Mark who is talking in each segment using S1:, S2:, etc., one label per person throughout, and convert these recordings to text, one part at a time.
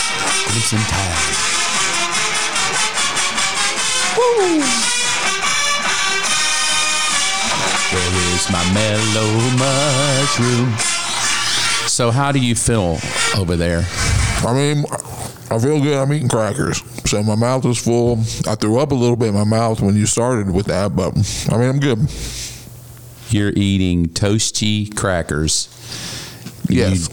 S1: Wolves in Town. Where is my mellow mushroom? So, how do you feel over there?
S2: I mean, I feel good. I'm eating crackers. So my mouth is full. I threw up a little bit in my mouth when you started with that, but I mean, I'm good.
S1: You're eating toasty crackers. You-
S2: Yes.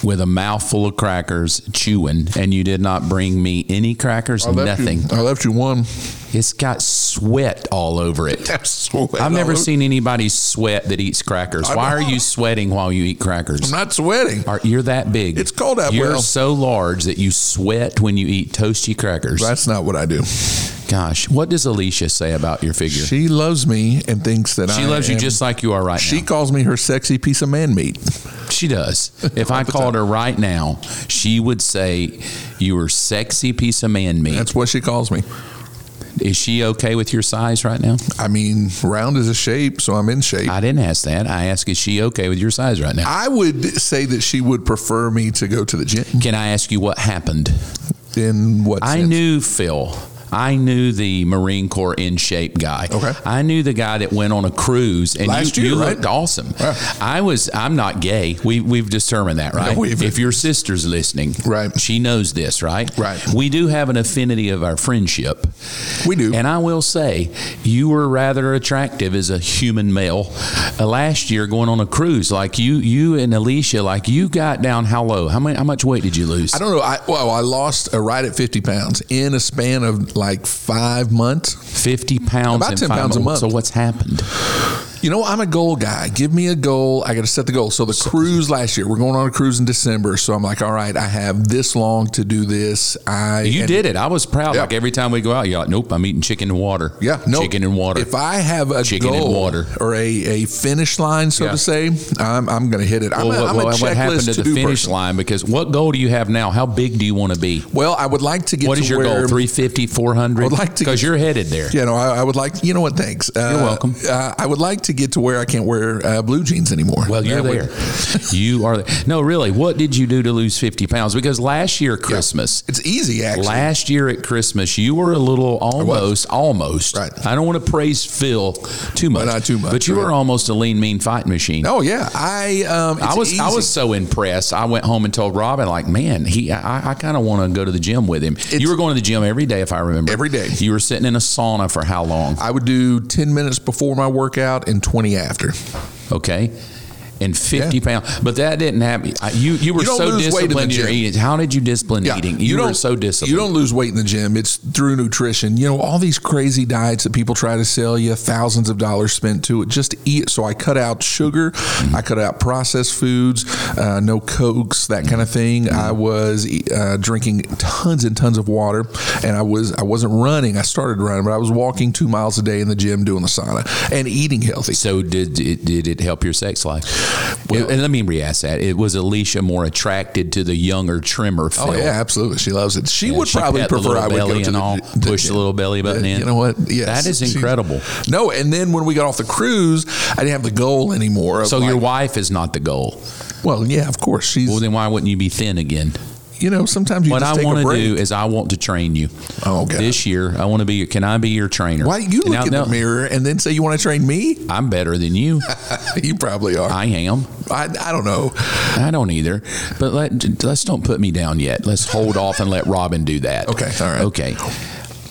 S1: with a mouthful of crackers, chewing, and you did not bring me any crackers,
S2: I left
S1: nothing.
S2: You, I left you one.
S1: It's got sweat all over it.
S2: Sweat
S1: I've
S2: all
S1: never
S2: over-
S1: seen anybody sweat that eats crackers.
S2: I
S1: Why are
S2: know.
S1: you sweating while you eat
S2: I'm
S1: crackers?
S2: not sweating.
S1: Are, you're that big.
S2: It's cold out
S1: You're
S2: well.
S1: so large that you sweat when you eat toasty crackers.
S2: That's not what I do.
S1: Gosh, what does Alicia say about your figure? She,
S2: She loves me and thinks that I
S1: loves you
S2: am-
S1: just like you are right
S2: She
S1: now.
S2: calls me her sexy piece of man meat.
S1: She does. If I
S2: the
S1: called her right now, she would say, "You were sexy piece of man meat."
S2: That's what she calls me.
S1: Is she okay with your size right now?
S2: I mean, round is a shape, so I'm in shape.
S1: I didn't ask that. I asked, is she okay with your size right now?
S2: I would say that she would prefer me to go to the gym.
S1: Can I ask you what happened?
S2: In what
S1: I
S2: sense?
S1: knew Phil. I knew the Marine Corps in shape guy.
S2: Okay.
S1: I knew the guy that went on a cruise and
S2: Last
S1: you,
S2: year,
S1: you
S2: right?
S1: looked awesome.
S2: Yeah.
S1: I was I'm not gay. We we've determined that, right?
S2: we've-
S1: if your sister's listening,
S2: Right.
S1: she knows this, right?
S2: Right.
S1: We do have an affinity of our friendship.
S2: we do.
S1: And I will say, you were rather attractive as a human male uh, last year going on a cruise. Like you, you and Alicia, like you got down how low? How, many, how much weight did you lose?
S2: I don't know. I, well, I lost a right at 50 pounds in a span of like five months.
S1: 50 pounds
S2: About
S1: in
S2: 10
S1: five
S2: pounds a
S1: months.
S2: month.
S1: So what's happened?
S2: You know, I'm a goal guy. Give me a goal. I got to set the goal. So the cruise last year, we're going on a cruise in December. So I'm like, all right, I have this long to do this. I
S1: You
S2: and-
S1: did it. I was proud.
S2: Yeah.
S1: Like every time we go out, you're like, nope, I'm eating chicken and water.
S2: Yeah, no
S1: Chicken and water.
S2: If I have a
S1: Chicken and
S2: goal
S1: water.
S2: or a, a finish line, so
S1: Yeah.
S2: to say, I'm, I'm going to hit it. I'm,
S1: well,
S2: a,
S1: what,
S2: I'm
S1: well,
S2: a
S1: what
S2: checklist
S1: happened to, the
S2: to, do
S1: finish
S2: person.
S1: line? Because what goal do you have now? How big do you want to be?
S2: Well, I would like to get.
S1: What
S2: to
S1: is your
S2: where,
S1: goal? 350, 400?
S2: I'd like to
S1: Because
S2: get-
S1: you're headed there.
S2: You know, I, I would like. You know what? Thanks. Uh, You're
S1: welcome.
S2: Uh, I would like to get to where I can't wear uh, blue jeans anymore.
S1: Well, you're
S2: That would-
S1: there. you are. There. No, really. What did you do to lose 50 pounds? Because last year, Christmas.
S2: It's easy, actually.
S1: Last year at Christmas, you were a little almost, almost.
S2: Right.
S1: I don't want to praise Phil too much,
S2: not too much,
S1: But you were
S2: right.
S1: almost a lean, mean fighting machine.
S2: oh yeah, I. Um,
S1: I
S2: it's
S1: was I
S2: easy.
S1: was so impressed. I went home and told Robin, like, man, he I, I kind of want to go to the gym with him. you were going to the gym every day, if I remember.
S2: Every day.
S1: You were sitting in a sauna for how long?
S2: I would do ten minutes before my workout and twenty after.
S1: Okay. And fifty
S2: Yeah.
S1: pounds, but that didn't happen. I- You you were
S2: You don't
S1: so
S2: lose weight in the
S1: disciplined in your
S2: gym.
S1: eating. How did you discipline eating? You, were so disciplined.
S2: You don't lose weight in the gym. It's through nutrition. You know, all these crazy diets that people try to sell you, thousands of dollars spent to it just to eat. So I cut out sugar, I cut out processed foods, uh, no cokes, that kind of thing.
S1: Mm-hmm.
S2: I was uh, drinking tons and tons of water, and I was I wasn't running. I started running, but I was walking two miles a day in the gym, doing the sauna, and eating healthy.
S1: So did it, did it help your sex life? and let me re-ask that. It was Alicia more attracted to the younger trimmer. Phil.
S2: Oh yeah, absolutely. She loves it. She would
S1: she
S2: probably
S1: pat the
S2: prefer
S1: little
S2: I would
S1: belly
S2: go to
S1: and
S2: the,
S1: all,
S2: the
S1: push the
S2: gym.
S1: little belly button in.
S2: You know what? Yes.
S1: That is
S2: She-
S1: incredible.
S2: no, and then when we got off the cruise, I didn't have the goal anymore. Of
S1: So
S2: like,
S1: your wife is not the goal.
S2: well, yeah, of course. She's
S1: Well, then why wouldn't you be thin again?
S2: you know sometimes you
S1: What
S2: just
S1: I
S2: take
S1: want
S2: a
S1: to
S2: break.
S1: do is I want to train you.
S2: Oh, God.
S1: This year, I want to be. your Can I be your trainer?
S2: Why you look
S1: Now-
S2: in
S1: no,
S2: the mirror and then say you want to train me?
S1: I'm better than you.
S2: you probably are.
S1: I am.
S2: I, I don't know.
S1: I don't either. But let, let's don't put me down yet. Let's hold off and let Robin do that.
S2: Okay, all right. Mm-hmm.
S1: Okay.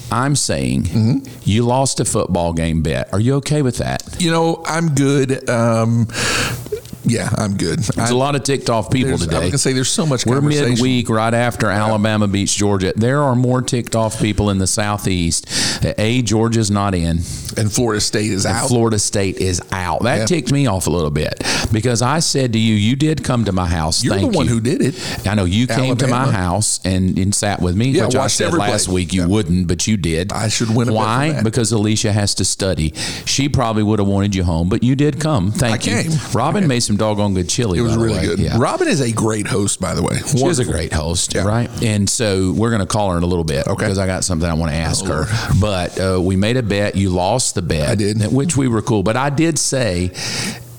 S1: I'm saying you lost a football game bet. Are you okay with that?
S2: You know I'm good. Um, yeah, I'm good.
S1: There's a lot of ticked off people
S2: there's- I was
S1: today.
S2: gonna say there's so much
S1: We're
S2: conversation.
S1: midweek, right after Alabama beats Georgia. There are more ticked off people in the southeast. that, A, Georgia's not in.
S2: and Florida State is out.
S1: Florida State is out. That
S2: Yeah.
S1: ticked me off a little bit because I said to you, you did come to my house.
S2: You're
S1: Thank
S2: the one
S1: you.
S2: who did it.
S1: I know you came to my
S2: Alabama.
S1: house and, and sat with me,
S2: Yeah,
S1: which I
S2: watched
S1: said
S2: every play.
S1: last week you
S2: Yeah.
S1: wouldn't, but you did.
S2: I should win a bet for
S1: Why?
S2: that.
S1: Because Alicia has to study. She probably would have wanted you home, but you did come. Thank you.
S2: came.
S1: Robin made some doggone good chili.
S2: It was
S1: by the
S2: really
S1: way.
S2: good.
S1: Yeah.
S2: Robin is a great host, by the way.
S1: She is a
S2: Wonderful.
S1: great host,
S2: Yeah.
S1: right? And so we're going to call her in a little bit
S2: Okay. Oh,
S1: because I got something I want to ask her. But uh, we made a bet. You lost the bet.
S2: I did.
S1: Which we were cool. But I did say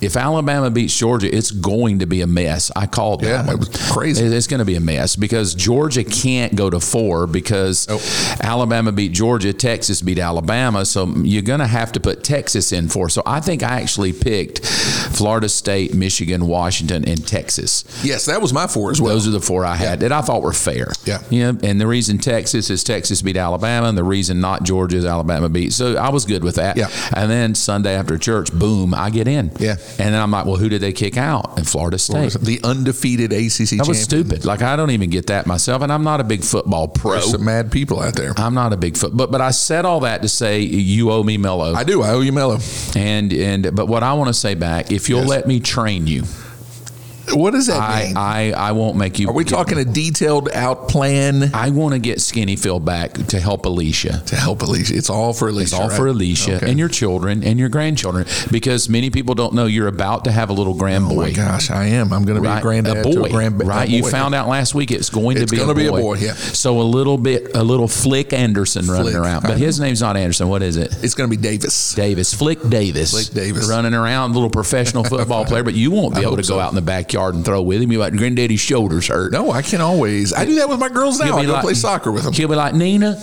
S1: if Alabama beats Georgia, it's going to be a mess. I called
S2: Yeah,
S1: that. one.
S2: it was crazy.
S1: It- It's going to be a mess because Georgia can't go to four because
S2: Nope.
S1: Alabama beat Georgia, Texas beat Alabama. So you're going to have to put Texas in four. So I think I actually picked Florida State, Michigan, Washington, and Texas.
S2: Yes, that was my four as well.
S1: Those are the four I had that I thought were fair.
S2: Yeah.
S1: Yeah. And the reason Texas is Texas beat Alabama, and the reason not Georgia is Alabama beat. So I was good with that.
S2: Yeah.
S1: And then Sunday after church, boom, I get in.
S2: Yeah.
S1: And then I'm like, well, who did they kick out? And Florida State.
S2: The undefeated ACC
S1: That was
S2: champion.
S1: stupid. Like I don't even get that myself, and I'm not a big football pro.
S2: There's some mad people out there.
S1: I'm not a big foot, but but I said all that to say you owe me mellow,
S2: I do. I owe you mellow.
S1: and and but what I want to say back, if you'll
S2: Yes.
S1: let me train you,
S2: What does that
S1: I
S2: mean?
S1: I I won't make you.
S2: Are we
S1: get-
S2: talking a detailed out plan
S1: I want to get skinny Phil back to help Alicia.
S2: to help Alicia? It's all for Alicia.
S1: It's all
S2: right?
S1: for Alicia
S2: Okay.
S1: and your children and your grandchildren because many people don't know you're about to have a little grandboy.
S2: Oh my gosh, I am. I'm going to be a granddad
S1: boy,
S2: to a grand-
S1: right?
S2: a
S1: You
S2: boy.
S1: found out last week it's going
S2: It's
S1: to be,
S2: gonna
S1: a, boy.
S2: be a boy, yeah.
S1: So a little bit, a little Flick Anderson running
S2: Flick,
S1: around,
S2: I
S1: but his name's not Anderson. What is it?
S2: It's going to be Davis.
S1: Davis, Flick Davis,
S2: Flick Davis.
S1: running around, little professional football player. But you won't be
S2: I
S1: able to
S2: hope
S1: go
S2: so.
S1: out in the backyard and throw with him. You like granddaddy's shoulders hurt.
S2: No, I can always. I do that with my girls now.
S1: He'll
S2: I
S1: be
S2: go
S1: like-
S2: play soccer with them.
S1: He'll be like Nina,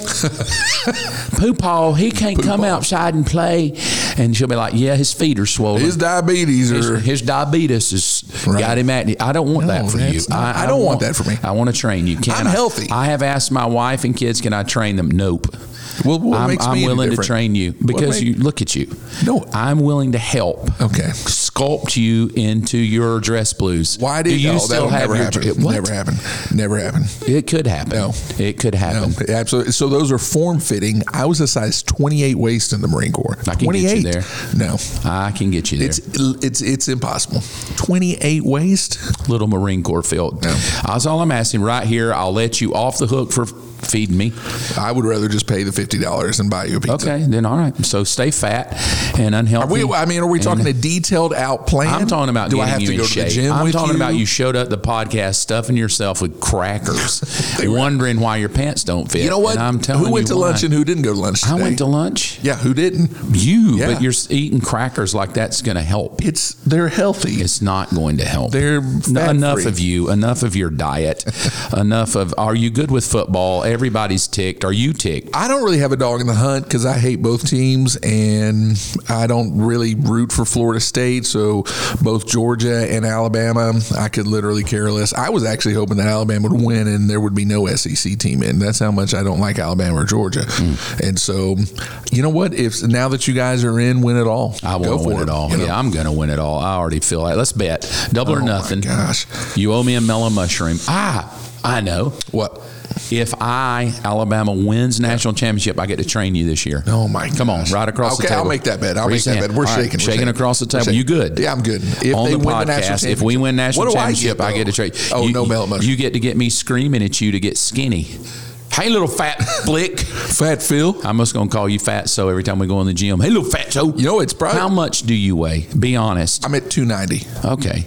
S1: Poopaw, he can't come
S2: Poopaw.
S1: outside and play. And she'll be like, Yeah, his feet are swollen.
S2: His diabetes
S1: His,
S2: or
S1: his diabetes has
S2: Right.
S1: got him at. I don't want
S2: No,
S1: that for you.
S2: that's not- I don't want that for me.
S1: I want to train you. Can
S2: I'm
S1: I?
S2: healthy.
S1: I have asked my wife and kids, can I train them? Nope.
S2: well, what
S1: I'm,
S2: makes
S1: I'm
S2: me any
S1: willing to
S2: different?
S1: train you because
S2: make-
S1: you look at you.
S2: No. Oh.
S1: I'm willing to help.
S2: Okay.
S1: Sculpt you into your dress blues.
S2: Why did
S1: Do you
S2: no,
S1: still
S2: that'll
S1: have
S2: never
S1: your?
S2: happen?
S1: It, what?
S2: Never happened. Never happened.
S1: It could happen.
S2: No.
S1: It could
S2: No,
S1: happen.
S2: Oh, absolutely. So those are form fitting. I was a size 28 waist in the Marine Corps.
S1: I can get you
S2: 28.
S1: there.
S2: No,
S1: I can get you there.
S2: it's it's it's impossible. 28 waist.
S1: little Marine Corps field.
S2: No.
S1: That's all I'm asking right here. I'll let you off the hook for feeding me.
S2: I would rather just pay the fifty dollars and buy you a pizza.
S1: Okay, then all right. So stay fat and
S2: Are
S1: unhealthy.
S2: we, I mean, are we
S1: And-
S2: talking a detailed out plan?
S1: I'm talking about
S2: Do
S1: getting
S2: I have
S1: you
S2: to
S1: in
S2: go to
S1: shape.
S2: the gym?
S1: I'm
S2: with
S1: talking
S2: you?
S1: about you showed up the podcast stuffing yourself with crackers, wondering why your pants don't fit.
S2: You know what?
S1: And I'm telling
S2: who went
S1: you
S2: to
S1: why.
S2: lunch and who didn't go to lunch?
S1: I
S2: today?
S1: went to lunch.
S2: Yeah, who didn't?
S1: You,
S2: Yeah.
S1: but you're s- eating crackers like that's going to help.
S2: It's they're healthy.
S1: It's not going to help.
S2: They're
S1: No,
S2: fat
S1: enough
S2: free.
S1: of you, enough of your diet, enough of are you good with football? Everybody's ticked. Are you ticked?
S2: I don't really have a dog in the hunt because I hate both teams and I don't really root for Florida State. So both Georgia and Alabama, I could literally care less. I was actually hoping that Alabama would win and there would be no SEC team in. That's how much I don't like Alabama or Georgia.
S1: Mm.
S2: And so, you know what? If now that you guys are in, win it all.
S1: I
S2: Go
S1: want to
S2: for
S1: win it, all.
S2: you know?
S1: Yeah, I'm going to win it all. I already feel that. Let's bet double or
S2: Oh my
S1: nothing.
S2: gosh.
S1: You owe me a mellow mushroom. Ah, I know.
S2: What?
S1: If I Alabama wins national championship, I get to train you this year.
S2: Oh my!
S1: Come on,
S2: gosh.
S1: right across
S2: Okay,
S1: the table.
S2: I'll make that bet. I'll
S1: Where you
S2: make that
S1: stand?
S2: bet. We're
S1: All right,
S2: shaking. We're
S1: shaking across the
S2: We're
S1: table. You good?
S2: Yeah, I'm good. If
S1: On
S2: they
S1: the
S2: win the national
S1: podcast, if we win national
S2: What do I
S1: championship,
S2: get,
S1: I, get to
S2: though?
S1: trade.
S2: Oh,
S1: you,
S2: no mellow mushroom.
S1: You get to get me screaming at you to get skinny. Hey, little fat flick.
S2: Fat Phil.
S1: I'm just gonna call you fat so every time we go in the gym. Hey, little fat so.
S2: You know, it's probably-
S1: how much do you weigh? Be honest.
S2: I'm at 290.
S1: Okay.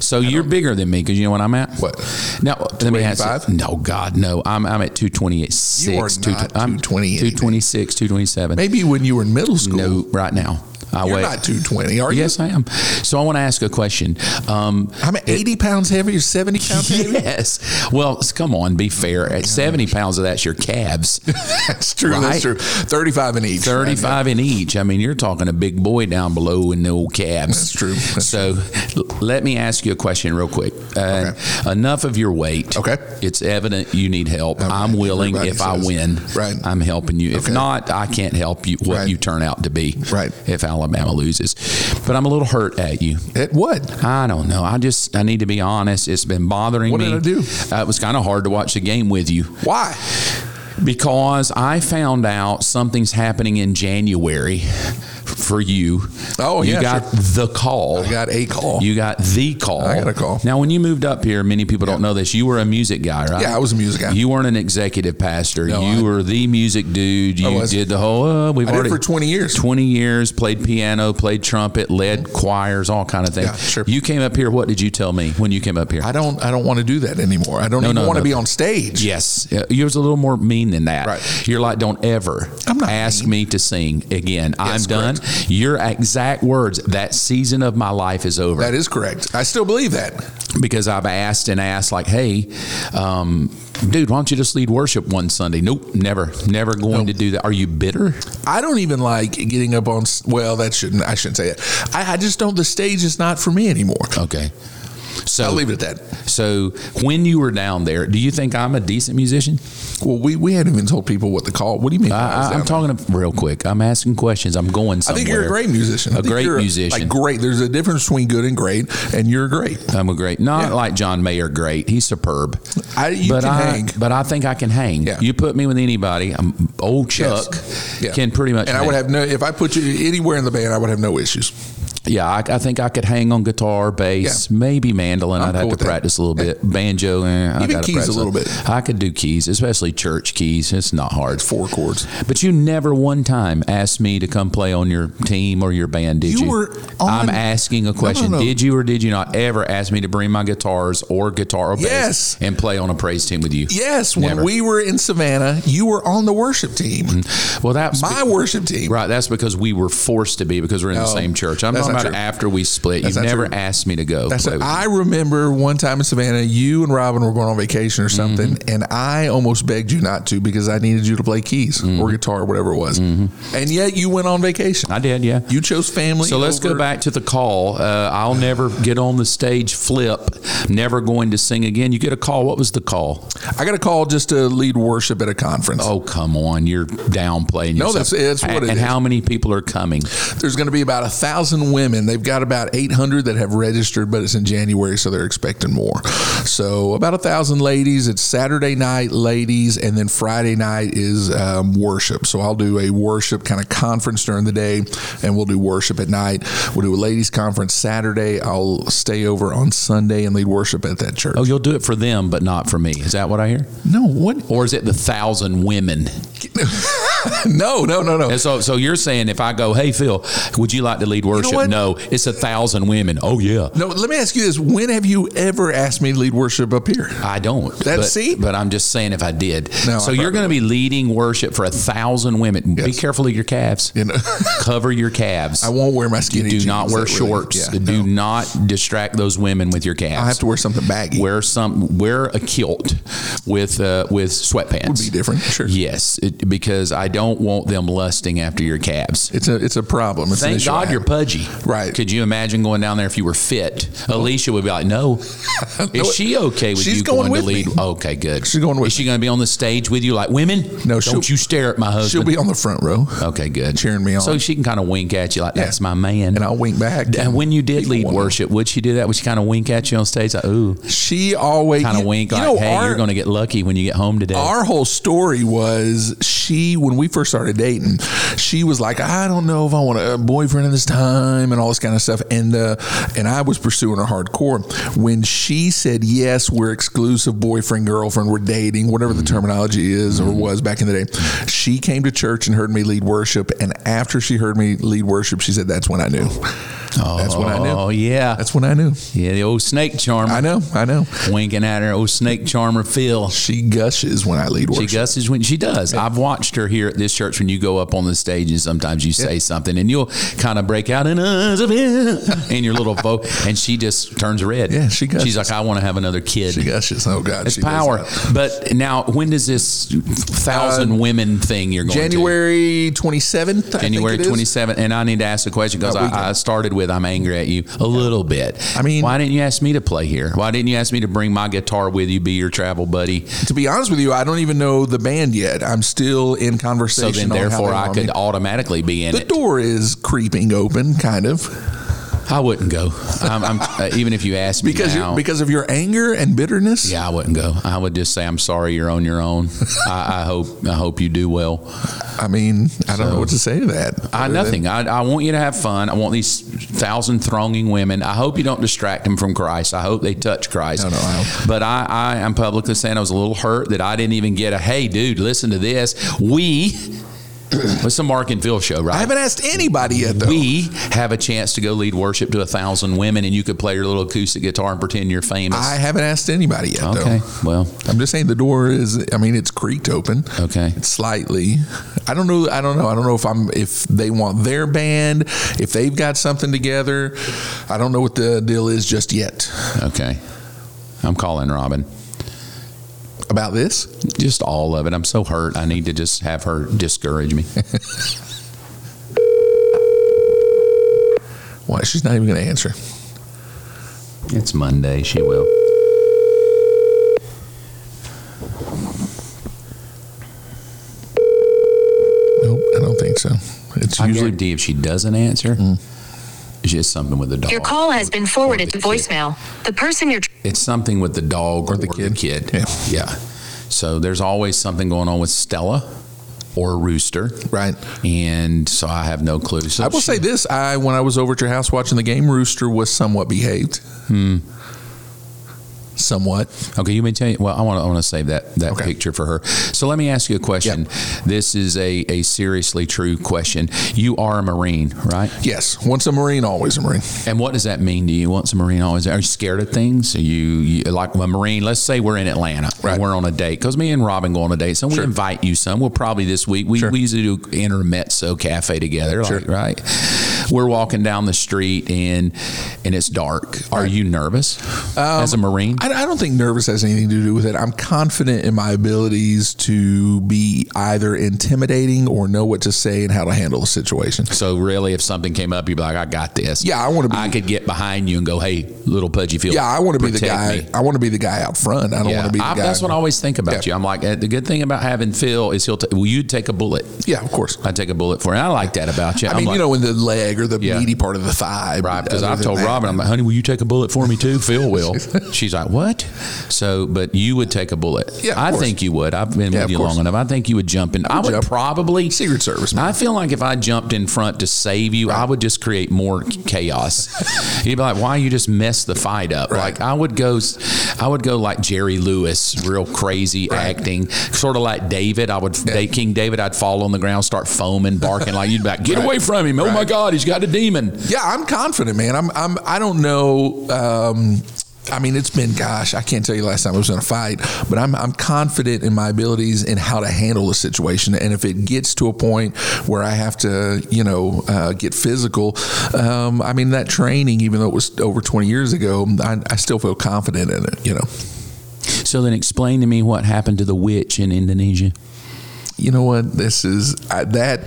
S1: So you're bigger than me because you know what I'm at.
S2: What?
S1: Now let me ask.
S2: 285?
S1: you- No, God, no. I'm I'm at two twenty six.
S2: You are not 220 anything.
S1: Two twenty six. Two twenty seven.
S2: Maybe when you were in middle school.
S1: No, right now. I
S2: You're
S1: weigh.
S2: not 220, are you?
S1: yes, I am. So I want to ask a question. Um,
S2: I'm at 80 pounds heavier, 70 pounds heavier.
S1: yes. Well, s- come on. Be fair.
S2: Oh
S1: At seventy pounds of that's your calves.
S2: That's true.
S1: Right.
S2: That's true. 35 in each. Right.
S1: Thirty-five in each. I mean, you're talking a big boy down below in the old calves.
S2: That's true. That's
S1: so, l- let me ask you a question real quick. Uh, Enough of your weight.
S2: Okay.
S1: It's evident you need help. I'm willing
S2: Everybody
S1: if I
S2: says.
S1: win.
S2: Right.
S1: I'm helping you. If
S2: Okay.
S1: not, I can't help you. What
S2: Right.
S1: you turn out to be.
S2: Right.
S1: If Alabama loses, but I'm a little hurt at you.
S2: At what?
S1: I don't know. I just I need to be honest. It's been bothering
S2: What
S1: me.
S2: did I do?
S1: Uh, it was kind of hard to watch the game with you
S2: Why?
S1: because I found out something's happening in January for you.
S2: Oh,
S1: you
S2: yeah,
S1: got the call.
S2: I got a call.
S1: you got the call.
S2: I got a call.
S1: Now, when you moved up here, many people don't know this. You were a music guy, right?
S2: Yeah, I was a music guy.
S1: You weren't an executive pastor.
S2: No,
S1: you
S2: I-
S1: were the music dude. You
S2: was.
S1: did the whole. Uh, we've
S2: I did
S1: already
S2: for 20 years.
S1: 20 years. Played piano, played trumpet, led choirs, all kind of things.
S2: Yeah, sure.
S1: You came up here. What did you tell me when you came up here?
S2: I don't. I don't want to do that anymore. I don't even
S1: no,
S2: want to
S1: no.
S2: be on stage.
S1: Yes, Uh, yours a little more mean than that.
S2: Right.
S1: You're like, don't ever
S2: I'm not
S1: ask me to sing again. I'm
S2: Yes,
S1: done.
S2: correct.
S1: Your exact words, that season of my life is over.
S2: That is correct. I still believe that.
S1: because I've asked and asked, like, hey, um, dude, why don't you just lead worship one Sunday? Nope, never, never going to do that. Are you bitter?
S2: I don't even like getting up on. s- Well, that shouldn't. I shouldn't say it. I, I just don't. The stage is not for me anymore.
S1: Okay. So,
S2: I'll leave it at that.
S1: so when you were down there, do you think I'm a decent musician?
S2: Well, we, we hadn't even told people what the call. What do you mean? I was
S1: I, I,
S2: down
S1: I'm
S2: there?
S1: talking real quick. I'm asking questions. I'm going
S2: I
S1: somewhere.
S2: think you're a great musician. I
S1: A
S2: think
S1: great
S2: you're,
S1: musician.
S2: Like great. There's a difference between good and great, and you're great.
S1: I'm a great, not
S2: Yeah.
S1: like John Mayer. Great, he's superb.
S2: I you
S1: but
S2: can
S1: I,
S2: hang.
S1: but I think I can hang.
S2: Yeah.
S1: You put me with anybody. I'm, old Chuck
S2: Yes. Yeah.
S1: can pretty much.
S2: And I
S1: hang.
S2: would have no. If I put you anywhere in the band, I would have no issues.
S1: Yeah, I, I think I could hang on guitar, bass, maybe mandolin. i
S2: I'm
S1: would
S2: cool
S1: have
S2: with
S1: to
S2: that.
S1: practice a little bit. Banjo, eh, I
S2: Even
S1: gotta
S2: keys a
S1: practice
S2: little bit.
S1: I could do keys, especially church keys. It's not hard.
S2: Four chords.
S1: But you never one time asked me to come play on your team or your band, did you?
S2: You were
S1: I'm
S2: on-
S1: asking a question.
S2: no.
S1: Did you or did you not ever ask me to bring my guitars or guitar or bass
S2: Yes.
S1: and play on a praise team with you?
S2: Yes. When
S1: Never.
S2: we were in Savannah, you were on the worship team.
S1: Well, that's
S2: My worship team.
S1: Mm-hmm. Right, that's because we were forced to be because we're in the
S2: No,
S1: same church. I'm
S2: that's
S1: talking
S2: not
S1: about
S2: true.
S1: after we split.
S2: That's
S1: You've
S2: not
S1: never
S2: true.
S1: asked me to go.
S2: That's
S1: play
S2: it.
S1: with
S2: I remember one time in Savannah, you and Robin were going on vacation or something,
S1: Mm-hmm.
S2: and I almost begged you not to because I needed you to play keys
S1: Mm-hmm.
S2: or guitar or whatever it was. And yet you went on vacation.
S1: I did, yeah.
S2: You chose family.
S1: Mm-hmm. So let's go
S2: over-
S1: back to the call. Uh, I'll never get on the stage, flip, never going to sing again. You get a call. What was the call?
S2: I got a call just to lead worship at a conference.
S1: Oh, come on. You're downplaying
S2: No,
S1: yourself.
S2: that's- it's what
S1: and
S2: it
S1: And
S2: is.
S1: how many people are coming?
S2: There's going to be about a thousand women. They've got about 800 that have registered, but it's in January, so they're expecting more. So about a thousand ladies. It's Saturday night, ladies, and then Friday night is um, worship. So I'll do a worship kind of conference during the day, and we'll do worship at night. We'll do a ladies' conference Saturday. I'll stay over on Sunday and lead worship at that church.
S1: Oh, you'll do it for them, but not for me. Is that what I hear?
S2: No, what?
S1: Or is it the thousand women?
S2: no, no, no, no.
S1: And so, so you're saying if I go, hey, Phil, would you like to lead worship?
S2: what?
S1: no, it's a thousand women. Oh, yeah.
S2: No, let me ask you this. When have you ever asked me to lead worship up here?
S1: I don't.
S2: That-
S1: but,
S2: see?
S1: but I'm just saying if I did.
S2: No, I
S1: so you're
S2: probably
S1: going to be leading worship for a thousand women. Be
S2: Yes.
S1: careful of your calves.
S2: You know?
S1: Cover your calves.
S2: I won't wear my skinny
S1: do
S2: jeans.
S1: not wear
S2: That really-
S1: shorts.
S2: yeah.
S1: do not distract those women with your calves.
S2: I have to wear something baggy.
S1: wear some. Wear a kilt with uh, with sweatpants.
S2: Would be different. Sure.
S1: Yes, it, because I don't want them lusting after your calves.
S2: It's a it's a problem. It's an
S1: Thank
S2: issue I
S1: God you're
S2: have.
S1: pudgy.
S2: Right.
S1: Could you imagine going down there if you were fit? Alicia would be like, "No,
S2: No,
S1: is she okay with
S2: Oh. she's
S1: you
S2: going
S1: going,
S2: with
S1: to lead?"
S2: me.
S1: Okay, good.
S2: She's going with
S1: Is she going to be on the stage with you, like women?
S2: No, she'll-
S1: don't you stare at my husband.
S2: She'll be on the front row,
S1: okay, good.
S2: cheering me on,
S1: So she can kind of wink at you, like, "That's my man."
S2: and I'll wink back.
S1: And when you did
S2: People
S1: lead
S2: won't know.
S1: worship, would she do that? Would she kind of wink at you on stage? Like, ooh,
S2: she always
S1: kind of
S2: you-
S1: wink
S2: you
S1: like,
S2: know,
S1: hey,
S2: our-
S1: you're going to get lucky when you get home today.
S2: Our whole story was she when we first started dating, she was like, I don't know if I want a boyfriend at this time and all this kind of stuff. And uh, and I was pursuing her hardcore. When she said yes, we're exclusive boyfriend girlfriend, we're dating, whatever the
S1: Mm-hmm.
S2: terminology is or was back in the day. She came to church and heard me lead worship, and after she heard me lead worship, she said, "That's when I knew. That's when I
S1: oh,
S2: knew.
S1: yeah.
S2: That's when I knew.
S1: yeah, the old snake charmer.
S2: I know. I know."
S1: Winking at her, old snake charmer Phil.
S2: She gushes when I lead worship.
S1: She gusses when she does. I've watched her here at this church when you go up on the stage and sometimes you say something and you'll kind of break out in us of it in your little vote and she just turns red.
S2: Yeah, she gusses.
S1: She's like, I want to have another kid.
S2: She gushes. Oh God,
S1: it's
S2: she does
S1: power.
S2: that.
S1: But now, when does this thousand women thing you're going to?
S2: Uh, January 27th. I
S1: January
S2: think it is.
S1: 27th. And I need to ask a question because
S2: No, we can-
S1: I, I started with I'm angry at you a little bit.
S2: I mean-
S1: why didn't you ask me to play here? Why didn't you ask me to bring my guitar with you, be your travel buddy?
S2: To be honest with you, I don't even know the band yet. I'm still in
S1: So
S2: conversation.
S1: then,
S2: on how
S1: therefore,
S2: they
S1: I
S2: want
S1: could
S2: me.
S1: automatically be in
S2: The
S1: it.
S2: door is creeping open, kind of,
S1: I wouldn't go. I'm, I'm, uh, even if you asked me
S2: because
S1: now.
S2: you, because of your anger and bitterness.
S1: yeah, I wouldn't go. I would just say I'm sorry. You're on your own. I, I hope. I hope you do well.
S2: I mean, I don't know what to say to that.
S1: I, nothing. I, I want you to have fun. I want these thousand thronging women. I hope you don't distract them from Christ. I hope they touch Christ.
S2: No, no, I don't.
S1: but I, I am publicly saying I was a little hurt that I didn't even get a hey, dude, listen to this. We It's a Mark and Phil show, right?
S2: I haven't asked anybody yet, though.
S1: we have a chance to go lead worship to a thousand women, and you could play your little acoustic guitar and pretend you're famous.
S2: I haven't asked anybody yet,
S1: okay,
S2: though.
S1: well,
S2: I'm just saying the door is. I mean, it's creaked open.
S1: Okay.
S2: It's slightly. I don't know. I don't know. I don't know if I'm if they want their band, if they've got something together. I don't know what the deal is just yet
S1: okay. I'm calling Robin.
S2: about this.
S1: Just all of it. I'm so hurt. I need to just have her discourage me.
S2: Why she's not even going to answer?
S1: It's Monday. She will.
S2: Nope, I don't think so. It's
S1: I
S2: usually
S1: guarantee if she doesn't answer, it's just something with the dog.
S3: Your call has been forwarded to voicemail. The person you're
S1: It's something with the dog or the kid.
S2: Yeah.
S1: yeah. So there's always something going on with Stella or Rooster,
S2: right.
S1: and so I have no clue. So
S2: I will
S1: she-
S2: say this: I when I was over at your house watching the game, Rooster was somewhat behaved.
S1: Hmm.
S2: Somewhat.
S1: Okay, you may tell you. Well, I want to I want to save that that
S2: Okay.
S1: picture for her. So let me ask you a question. This is a a seriously true question. You are a Marine, right?
S2: Yes. Once a Marine, always a Marine.
S1: And what does that mean to you? Once a Marine, always are you scared of things? Are you, you like a Marine? Let's say we're in Atlanta
S2: Right.
S1: and we're on a date because me and Robin go on a date. So we
S2: Sure.
S1: invite you some. We'll probably this week. We,
S2: Sure.
S1: we usually do intermezzo cafe together, like, right? We're walking down the street and and it's dark. Are you nervous as a Marine?
S2: Um, I, I don't think nervous has anything to do with it. I'm confident in my abilities to be either intimidating or know what to say and how to handle the situation.
S1: so really, if something came up, you'd be like, "I got this."
S2: Yeah, I wanna be-
S1: I could get behind you and go, "Hey, little pudgy field."
S2: Yeah, I want to be the
S1: protect
S2: guy.
S1: me."
S2: I want to be the guy out front. I don't
S1: Yeah,
S2: want to be the
S1: I-
S2: guy.
S1: that's what I always think about
S2: Yeah.
S1: you. I'm like, eh, the good thing about having Phil is he'll. T- well, you take a bullet.
S2: yeah, of course.
S1: I take a bullet for it. I like that about you.
S2: I
S1: I'm
S2: mean,
S1: like,
S2: you know, in the leg or the
S1: Yeah.
S2: meaty part of the thigh.
S1: right? Because
S2: other
S1: I've
S2: than
S1: told
S2: that,
S1: Robin, I'm like, honey, will you take a bullet for me too? Phil will. She's like, what? So, but you would take a bullet.
S2: Yeah, of
S1: I
S2: course.
S1: think you would. I've been
S2: Yeah,
S1: with
S2: of
S1: you
S2: course.
S1: long enough. I think you would jump in. I would
S2: jump.
S1: probably
S2: Secret Service, man.
S1: I feel like if I jumped in front to save you, I would just create more chaos. You'd be like, why you just mess the fight up?
S2: Right.
S1: Like I would go, I would go like Jerry Lewis, real crazy acting, sort of like David. I would King David. I'd fall on the ground, start foaming, barking like you'd be like, get away from him! Oh my God, he's got a demon.
S2: Yeah, I'm confident, man. I'm, I'm I don't know. Um, I mean, it's been gosh, I can't tell you last time I was in a fight, but I'm I'm confident in my abilities and how to handle the situation. And if it gets to a point where I have to, you know, uh, get physical, um, I mean, that training, even though it was over 20 years ago, I, I still feel confident in it. You know,
S1: So then explain to me what happened to the witch in Indonesia.
S2: you know what? This is I, that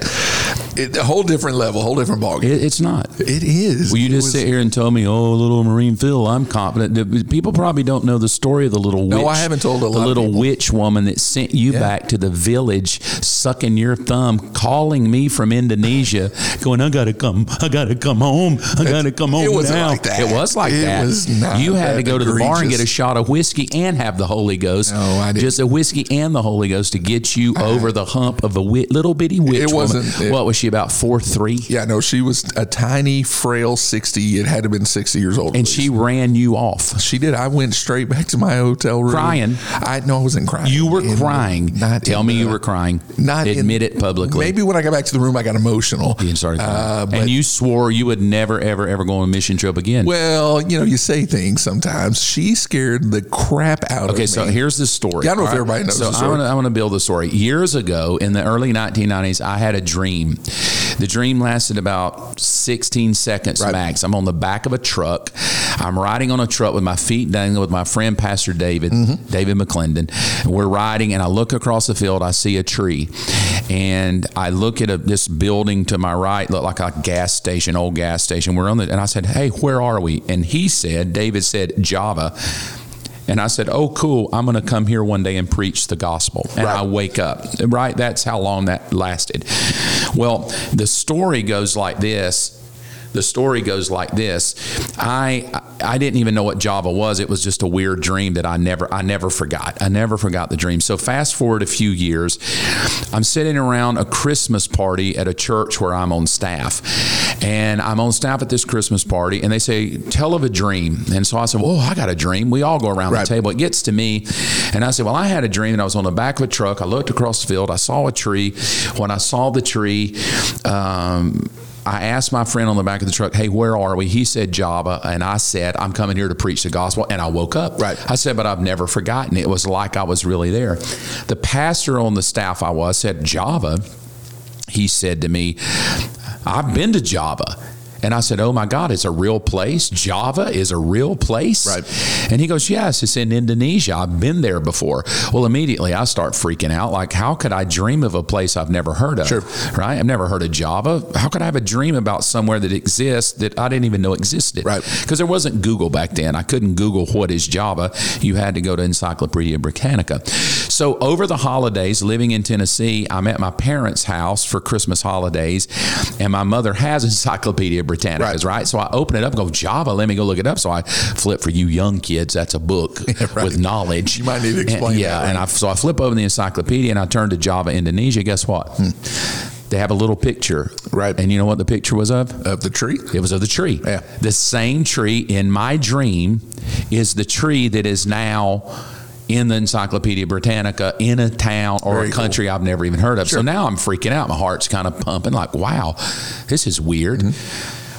S2: it, a whole different level, whole different ballgame.
S1: It, it's not.
S2: It is.
S1: Well, you just sit here and tell me, oh, little Marine Phil, I'm confident. The- People probably don't know the story of the little witch.
S2: No, I haven't told a
S1: The
S2: lot of
S1: little
S2: people.
S1: witch woman that sent you
S2: Yeah.
S1: back to the village, sucking your thumb, calling me from Indonesia, going, I gotta come, I gotta come home, I gotta come home
S2: wasn't
S1: now.
S2: like that.
S1: It was like
S2: It
S1: that.
S2: was not
S1: you had
S2: that
S1: to go to the bar and get a
S2: egregious.
S1: shot of whiskey and have the Holy Ghost.
S2: No, I didn't.
S1: Just a whiskey and the Holy Ghost to get you over the hump of a wit, little bitty witch. woman.
S2: wasn't- it-
S1: what was she about four three?
S2: Yeah, no, she was a tiny, frail sixty. It had to have been sixty years old. at
S1: And
S2: least.
S1: she ran you off.
S2: she did. I went straight back to my hotel room,
S1: Crying?
S2: I no, I wasn't crying.
S1: You were
S2: In-
S1: crying.
S2: Not
S1: Tell
S2: in
S1: me you
S2: the-
S1: were crying.
S2: Not in-
S1: admit it publicly.
S2: Maybe when I got back to the room, I got emotional.
S1: You started crying.
S2: Uh, but,
S1: and you swore you would never, ever, ever go on a mission trip again.
S2: well, you know, you say things sometimes. She scared the crap out of me.
S1: Okay, so here's the story.
S2: Yeah, I don't know if
S1: All right?
S2: everybody knows
S1: So
S2: the story.
S1: I wanna- I want to build the story. Years ago, in the early 1990s, I had a dream. The dream lasted about 16 seconds
S2: Right.
S1: max. I'm on the back of a truck. I'm riding on a truck with my feet dangling with my friend Pastor David,
S2: Mm-hmm.
S1: David McClendon. And we're riding, and I look across the field. I see a tree, and I look at a, this building to my right, looked like a gas station, old gas station. We're on the, and I said, "Hey, where are we?" And he said, David said, "Java." And I said, "Oh, cool! I'm going to come here one day and preach the gospel." And I wake up. Right? That's how long that lasted. Well, the story goes like this. The story goes like this. I I didn't even know what Java was. It was just a weird dream that I never I never forgot. I never forgot the dream. So fast forward a few years, I'm sitting around a Christmas party at a church where I'm on staff, And I'm on staff at this Christmas party, and they say, Tell of a dream. And so I said, Well, I got a dream. We all go around
S2: Right.
S1: the table. It gets to me. And I said, Well, I had a dream, and I was on the back of a truck. I looked across the field. I saw a tree. When I saw the tree, um, I asked my friend on the back of the truck, "Hey, where are we?" He said Java, and I said, "I'm coming here to preach the gospel." And I woke up.
S2: Right.
S1: I said, "But I've never forgotten. It was like I was really there." The pastor on the staff I was said Java. He said to me, "I've been to Java." And I said, "Oh my God, it's a real place. Java is a real place."
S2: Right.
S1: And he goes, Yes, it's in Indonesia. I've been there before. Well, immediately I start freaking out. Like, how could I dream of a place I've never heard of?
S2: Sure.
S1: Right? I've never heard of Java. How could I have a dream about somewhere that exists that I didn't even know existed?
S2: Right.
S1: Because there wasn't Google back then. I couldn't Google what is Java. You had to go to Encyclopedia Britannica. So over the holidays, living in Tennessee, I'm at my parents' house for Christmas holidays, and my mother has Encyclopedia Britannica
S2: Right.
S1: right? So I open it up, and go Java. Let me go look it up. So I flip for you young kids. That's a book
S2: right.
S1: with knowledge.
S2: You might need to
S1: And-
S2: explain
S1: yeah,
S2: that, right?
S1: and I so I flip open the encyclopedia and I turn to Java Indonesia. Guess what? They have a little picture,
S2: Hmm. Right.
S1: And you know what the picture was of?
S2: Up the tree.
S1: It was of the tree.
S2: Yeah.
S1: The same tree in my dream is the tree that is now in the Encyclopedia Britannica in a town or
S2: Very
S1: a
S2: cool.
S1: country I've never even heard of. So
S2: Sure.
S1: now I'm freaking out. My heart's kind of pumping, like, wow, this is weird.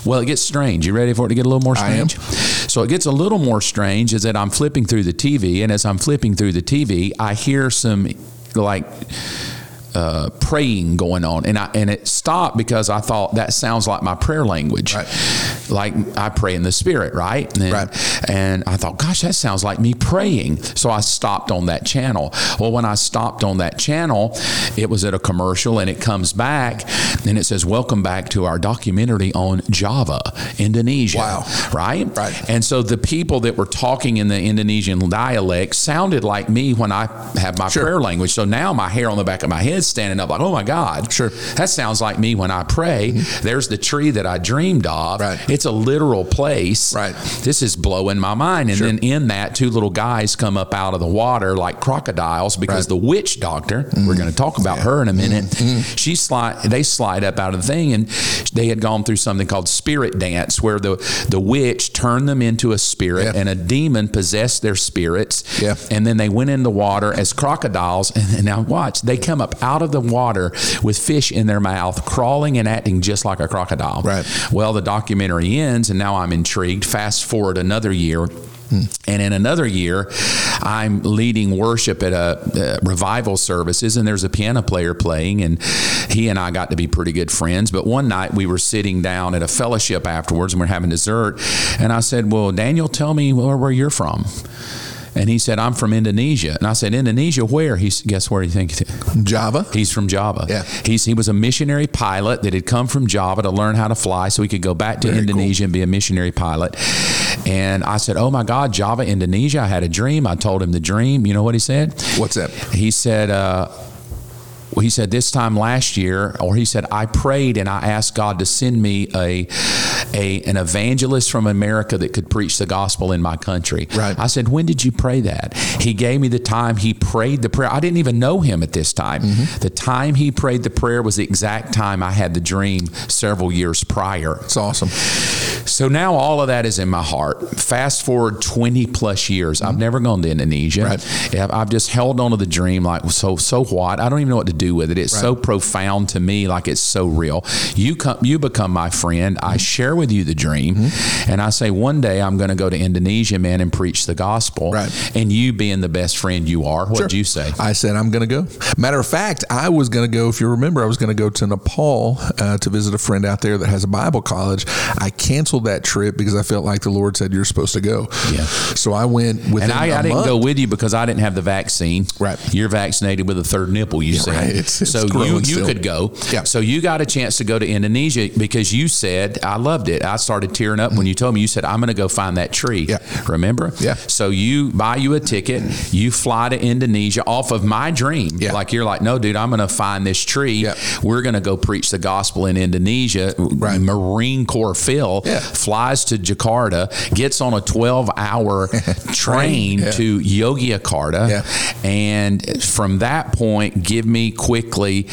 S1: Well, it gets strange. You ready for it to get a little more
S2: Mm-hmm. I am.
S1: strange? So it gets a little more strange is that I'm flipping through the TV, and as I'm flipping through the TV, I hear some like uh, praying going on, and I and it stopped because I thought that sounds like my prayer language,
S2: Right.
S1: like I pray in the spirit, right? And,
S2: Right.
S1: And I thought, gosh, that sounds like me praying. So I stopped on that channel. Well, when I stopped on that channel, it was at a commercial, and it comes back, and it says, "Welcome back to our documentary on Java, Indonesia."
S2: Wow.
S1: Right.
S2: Right.
S1: And so the people that were talking in the Indonesian dialect sounded like me when I have my
S2: Sure.
S1: prayer language. So now my hair on the back of my head standing up like, oh my God.
S2: Sure. Mm-hmm.
S1: That sounds like me when I pray. There's the tree that I dreamed of.
S2: Right.
S1: It's a literal place.
S2: Right.
S1: This is blowing my mind. And then in that, two little guys come up out of the water like crocodiles because
S2: Right. Mm-hmm.
S1: the witch doctor, we're going to talk about her in a minute, she slide, they slide up out of the thing and they had gone through something called spirit dance where the, the witch turned them into a spirit
S2: Yeah.
S1: and a demon possessed their spirits.
S2: Yeah.
S1: And then they went in the water as crocodiles. And, and now watch, they come up out of the water with fish in their mouth, crawling and acting just like a crocodile.
S2: Right.
S1: Well, the documentary ends, and now I'm intrigued. Fast forward another year. And in another year, I'm leading worship at a uh, revival services, and there's a piano player playing, and he and I got to be pretty good friends. But one night we were sitting down at a fellowship afterwards, and we are having dessert, and I said, "Well, Daniel, tell me where, where you're from." And he said, "I'm from Indonesia," and I said, "Indonesia? Where?" He s- guess where? Do you think?
S2: Java.
S1: He's from Java.
S2: Yeah.
S1: He's, he was a missionary pilot that had come from Java to learn how to fly so he could go back to
S2: Very
S1: Indonesia and be a missionary pilot. And I said, Oh my God, Java, Indonesia. I had a dream. I told him the dream. You know what he said?
S2: What's that?
S1: He said, uh, well, he said this time last year, or he said, I prayed and I asked God to send me a, a an evangelist from America that could preach the gospel in my country.
S2: Right.
S1: I said, when did you pray that? He gave me the time he prayed the prayer. I didn't even know him at this time. The time he prayed the prayer was the exact time I had the dream several years prior.
S2: It's awesome.
S1: So now all of that is in my heart. Fast forward 20 plus years. I've never gone to Indonesia.
S2: Right.
S1: Yeah, I've just held on to the dream like so so what? I don't even know what to do with it. It's so profound to me like it's so real. You come you become my friend.
S2: Mm-hmm.
S1: I share with you the dream and I say one day I'm going to go to Indonesia man and preach the gospel.
S2: Right.
S1: And you being the best friend you are, what'd you say?
S2: I said, I'm going to go. Matter of fact, I was going to go, if you remember, I was going to go to Nepal uh, to visit a friend out there that has a Bible college. I canceled that trip because I felt like the Lord said, You're supposed to go.
S1: Yeah.
S2: So I went with
S1: And I,
S2: I
S1: I didn't go with you because I didn't have the vaccine.
S2: Right.
S1: You're vaccinated with a third nipple, you said.
S2: right. It's- it's
S1: so
S2: growing
S1: you, you
S2: still.
S1: could go.
S2: Yeah.
S1: So you got a chance to go to Indonesia because you said, I loved it. I started tearing up when you told me, you said, I'm going to go find that tree.
S2: Yeah.
S1: Remember?
S2: Yeah.
S1: So you buy you a ticket, you fly to Indonesia off of my dream.
S2: Yeah.
S1: Like you're like, no, dude, I'm going to find this tree.
S2: Yeah.
S1: We're going to go preach the gospel in Indonesia,
S2: Right.
S1: Marine Corps Phil
S2: Yeah.
S1: flies to Jakarta, gets on a 12 hour train
S2: Yeah.
S1: to Yogyakarta.
S2: Yeah.
S1: And from that point, give me quickly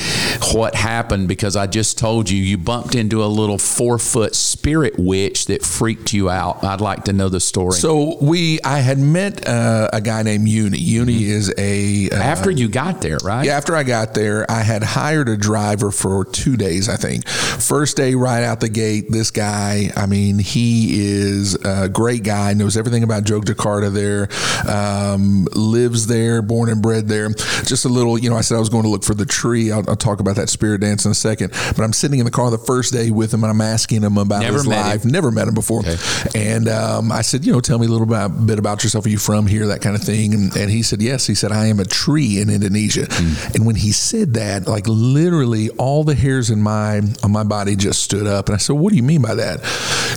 S1: what happened because I just told you you bumped into a little four foot spirit witch that freaked you out. I'd like to know the story.
S2: So we, I had met uh, a guy named Uni. Uni
S1: Mm-hmm.
S2: is a uh,
S1: after you got there, right?
S2: Yeah, after I got there, I had hired a driver for two days, I think. First day, right out the gate, this guy, I mean, he is a great guy, knows everything about Jogjakarta there, um, lives there, born and bred there. Just a little, you know, I said I was going to look for the tree. I'll, I'll talk about that spirit dance in a second. But I'm sitting in the car the first day with him and I'm asking him about
S1: Never
S2: his
S1: met him.
S2: life. Never met him before. And um, I said, you know, tell me a little bit, bit about yourself. Are you from here? That kind of thing. And, and he said, yes. He said, I am a tree in Indonesia.
S1: Hmm.
S2: And when he said that, like literally all the hairs in my on my body just stood up. And I said, what do you mean by that?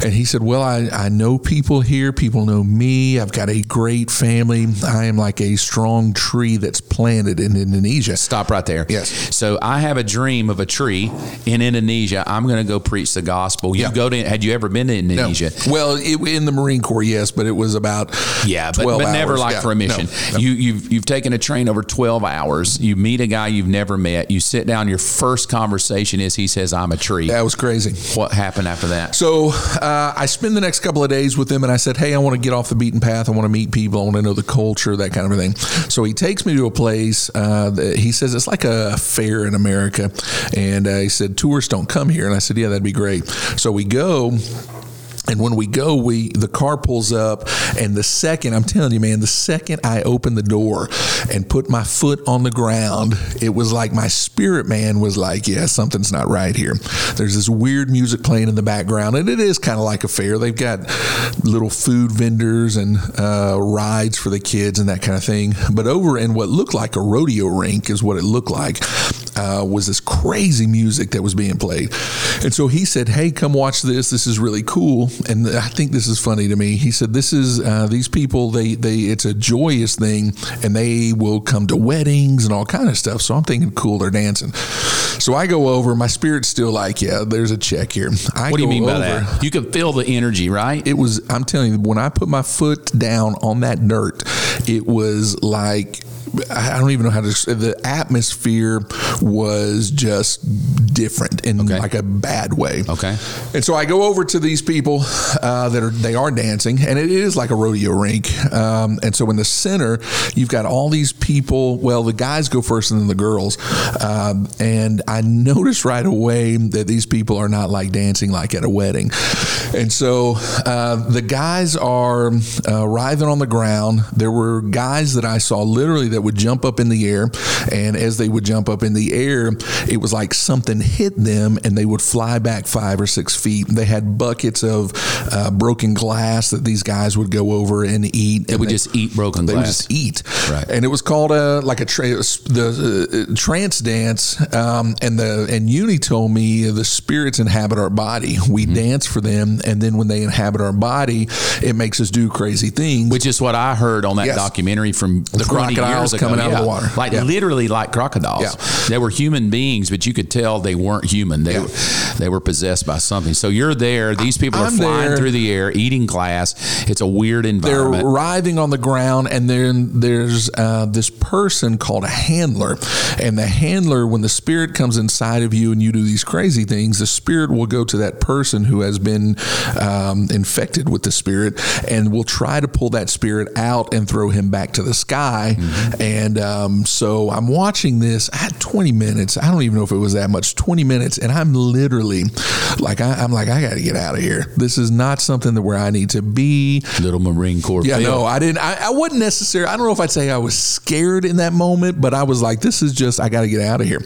S2: And he said, well, I, I know people here. People know me. I've got a great family. I am like a strong tree that's planted in Indonesia.
S1: Stop right there.
S2: Yes.
S1: So I have a dream of a tree in Indonesia. I'm going to go preach the gospel. You
S2: Yeah.
S1: go to? Had you ever been to
S2: No.
S1: Indonesia?
S2: Well, it, in the Marine Corps, yes, but it was about
S1: Yeah, but,
S2: 12
S1: but never
S2: hours.
S1: like
S2: Yeah,
S1: for a
S2: no,
S1: mission.
S2: no.
S1: You you've you've taken a train over twelve hours. You meet a guy you've never met. You sit down. Your first conversation is he says I'm a tree.
S2: That was crazy.
S1: What happened after that?
S2: So uh, I spend the next couple of days with him, and I said, "Hey, I want to get off the beaten path. I want to meet people. I want to know the culture, that kind of thing." So he takes me to a place. Uh, that he says it's like a fair in America, and uh, he said tourists don't come here. And I said, "Yeah, that'd be great." So we go. And when we go, we the car pulls up, and the second I'm telling you, man, the second I opened the door and put my foot on the ground, it was like my spirit man was like, "Yeah, something's not right here." There's this weird music playing in the background, and it is kind of like a fair. They've got little food vendors and uh, rides for the kids and that kind of thing. But over in what looked like a rodeo rink is what it looked like uh, was this crazy music that was being played. And so he said, Hey, come watch this. This is really cool. And I think this is funny to me. He said, This is, uh, these people, they, they, it's a joyous thing and they will come to weddings and all kind of stuff. So I'm thinking, cool, they're dancing. So I go over, my spirit's still like, Yeah, there's a check here. I
S1: what do you
S2: go
S1: mean by
S2: over-
S1: that? You can feel the energy, right?
S2: it was i'm telling you when i put my foot down on that dirt it was like I don't even know how to. The atmosphere was just different in
S1: Okay.
S2: like a bad way.
S1: Okay.
S2: And so I go over to these people uh, that are they are dancing, and it is like a rodeo rink. Um, and so in the center, you've got all these people. Well, the guys go first, and then the girls. Um, and I noticed right away that these people are not like dancing like at a wedding. And so uh, the guys are uh, writhing on the ground. There were guys that I saw literally that would jump up in the air, and as they would jump up in the air, it was like something hit them, and they would fly back five or six feet. They had buckets of uh, broken glass that these guys would go over and eat.
S1: They
S2: and
S1: would just eat broken
S2: they would
S1: glass.
S2: just eat,
S1: Right.
S2: and it was called a like a tra- the uh, trance dance. Um, and the and Uni told me the spirits inhabit our body. We dance for them, and then when they inhabit our body, it makes us do crazy things.
S1: which is what I heard on that
S2: Yes.
S1: documentary from the years
S2: crocodiles
S1: ago.
S2: coming out of the
S1: Yeah.
S2: water.
S1: like
S2: Yeah.
S1: literally like crocodiles.
S2: Yeah.
S1: They were human beings, but you could tell they weren't human. They
S2: Yeah.
S1: they were possessed by something. So you're there. These people are
S2: I'm
S1: flying
S2: there.
S1: through the air, eating glass. It's a weird
S2: they're
S1: environment.
S2: writhing on the ground, and then there's uh, this person called a handler. And the handler, when the spirit comes inside of you and you do these crazy things, the spirit will go to that person who has been um, infected with the spirit and will try to pull that spirit out and throw him back to the sky. And um, so I'm watching this. I had 20 minutes. I don't even know if it was that much, 20 minutes. And I'm literally like, I, I'm like, I got to get out of here. This is not something that where I need to be.
S1: Little Marine Corps.
S2: Yeah,
S1: feel.
S2: no, I didn't. I, I wasn't necessarily. I don't know if I'd say I was scared in that moment, but I was like, "This is just. I got to get out of here."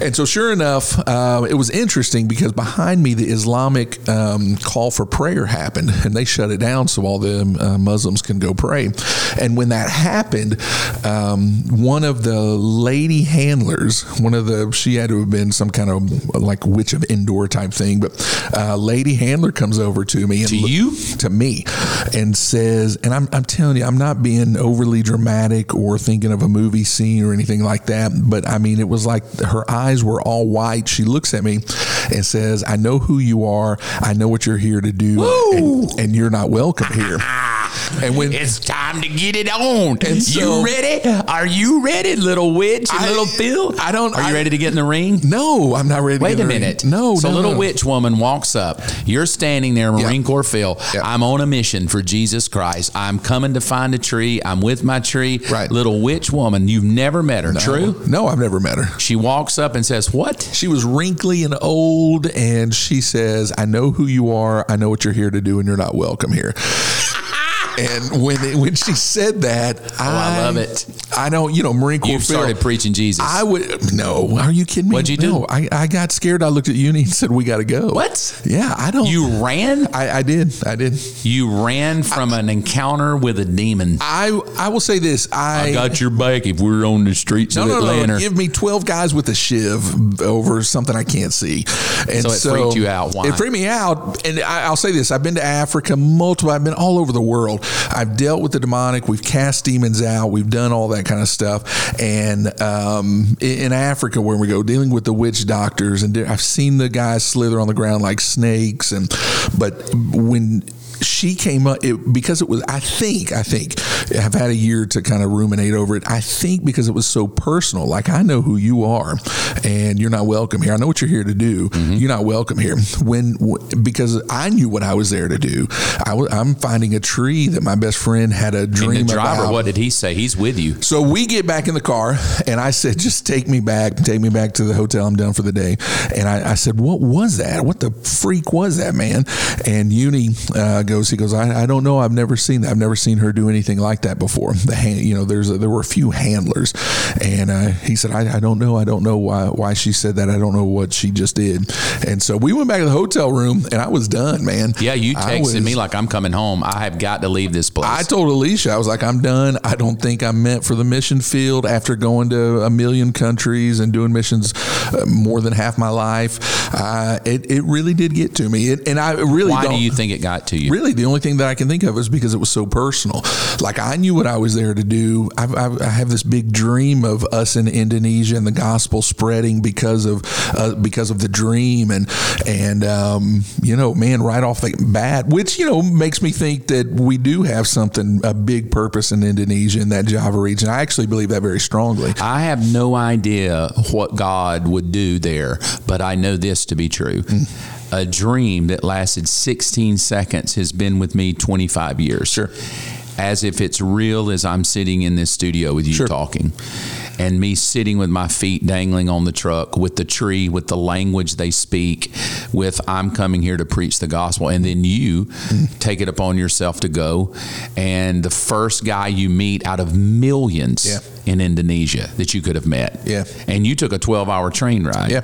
S2: And so, sure enough, uh, it was interesting because behind me, the Islamic um, call for prayer happened, and they shut it down so all the uh, Muslims can go pray. And when that happened, um, one of the lady handlers, one of the, she had to have been some kind of like witch of indoor type thing, but uh, lady handler comes over to me and
S1: To you?
S2: to me and says, and I'm, I'm telling you, I'm not being overly dramatic or thinking of a movie scene or anything like that, but I mean, it was like her eyes eyes were all white. She looks at me and says, I know who you are. I know what you're here to do. And, and you're not welcome here. and when
S1: It's time to get it on.
S2: And so-
S1: you ready? Are you ready, little witch and
S2: I-
S1: little Phil?
S2: I don't-
S1: Are you
S2: I-
S1: ready to get in the ring?
S2: No, I'm not ready. to
S1: Wait
S2: get
S1: a
S2: in the ring.
S1: minute.
S2: No,
S1: So
S2: no,
S1: little
S2: no.
S1: witch woman walks up. You're standing there, Marine Corps Phil.
S2: Yeah.
S1: I'm on a mission for Jesus Christ. I'm coming to find a tree. I'm with my tree.
S2: Right.
S1: Little witch woman. You've never met her. True.
S2: No, I've never met her.
S1: She walks up and says, "What?
S2: She was wrinkly and old, and she says, "I know who you are. I know what you're here to do, and you're not welcome here." and when it, when she said that,
S1: Oh, I love it.
S2: I don't, you know, Marine Corps.
S1: You've
S2: Phil,
S1: started preaching Jesus."
S2: I would no. Are you kidding me?
S1: What'd you do?
S2: No, I, I got scared. I looked at you and he said, "We got to go."
S1: what?
S2: Yeah, I don't.
S1: You ran?
S2: I, I did. I did.
S1: You ran from an encounter with a demon.
S2: I I will say this. I,
S1: I got your back if we're on the streets
S2: No,
S1: of
S2: no,
S1: Atlanta.
S2: no. Give me 12 guys with a shiv over something I can't see. And
S1: So it freaked you out. Why?
S2: It freaked me out. And I, I'll say this I've been to Africa multiple, I've been all over the world. I've dealt with the demonic. We've cast demons out. We've done all that kind of stuff. And um, in, in Africa, where we go, dealing with the witch doctors, and I've seen the guys slither on the ground like snakes. And But when she came up it, because it was i think i think i've had a year to kind of ruminate over it i think because it was so personal like i know who you are and you're not welcome here i know what you're here to do you're not welcome here when w- because i knew what i was there to do I w- i'm finding a tree that my best friend had a
S1: And
S2: dream
S1: the driver,
S2: about
S1: what did he say? He's with you.
S2: so we get back in the car, and I said, "Just take me back, take me back to the hotel. I'm done for the day." And I, I said, "What was that? What the freak was that, man?" And Uni uh, goes, "He goes, I, I don't know. I've never seen that. I've never seen her do anything like that before." The hand, you know, there's a, there were a few handlers, and uh, he said, I, "I don't know. I don't know why why she said that. I don't know what she just did." And so we went back to the hotel room, and I was done, man.
S1: Yeah, you
S2: I
S1: texted
S2: was-
S1: me like I'm coming home. I have got to leave this place.
S2: I told Alicia, I was like, I'm done. I don't think I'm meant for the mission field after going to a million countries and doing missions uh, more than half my life. Uh, it, it really did get to me. It, and I really
S1: Why
S2: don't.
S1: do you think it got to you?
S2: Really, the only thing that I can think of is because it was so personal. Like I knew what I was there to do. I've, I've, I have this big dream of us in Indonesia and the gospel spreading because of uh, because of the dream and and um, you know, man, right off the bat, which you know makes me think that we do have something a big purpose in Indonesia in that Java region. I actually believe that very strongly.
S1: I have no idea what God would do there, but I know this to be true.
S2: Hmm.
S1: A dream that lasted 16 seconds has been with me 25 years. Sure. As if it's real as I'm sitting in this studio with you talking and me sitting with my feet dangling on the truck with the tree, with the language they speak, with I'm coming here to preach the gospel. And then you
S2: Mm-hmm.
S1: take it upon yourself to go. And the first guy you meet out of millions
S2: Yeah.
S1: in Indonesia that you could have met.
S2: Yeah.
S1: And you took a 12 hour train ride
S2: Yeah.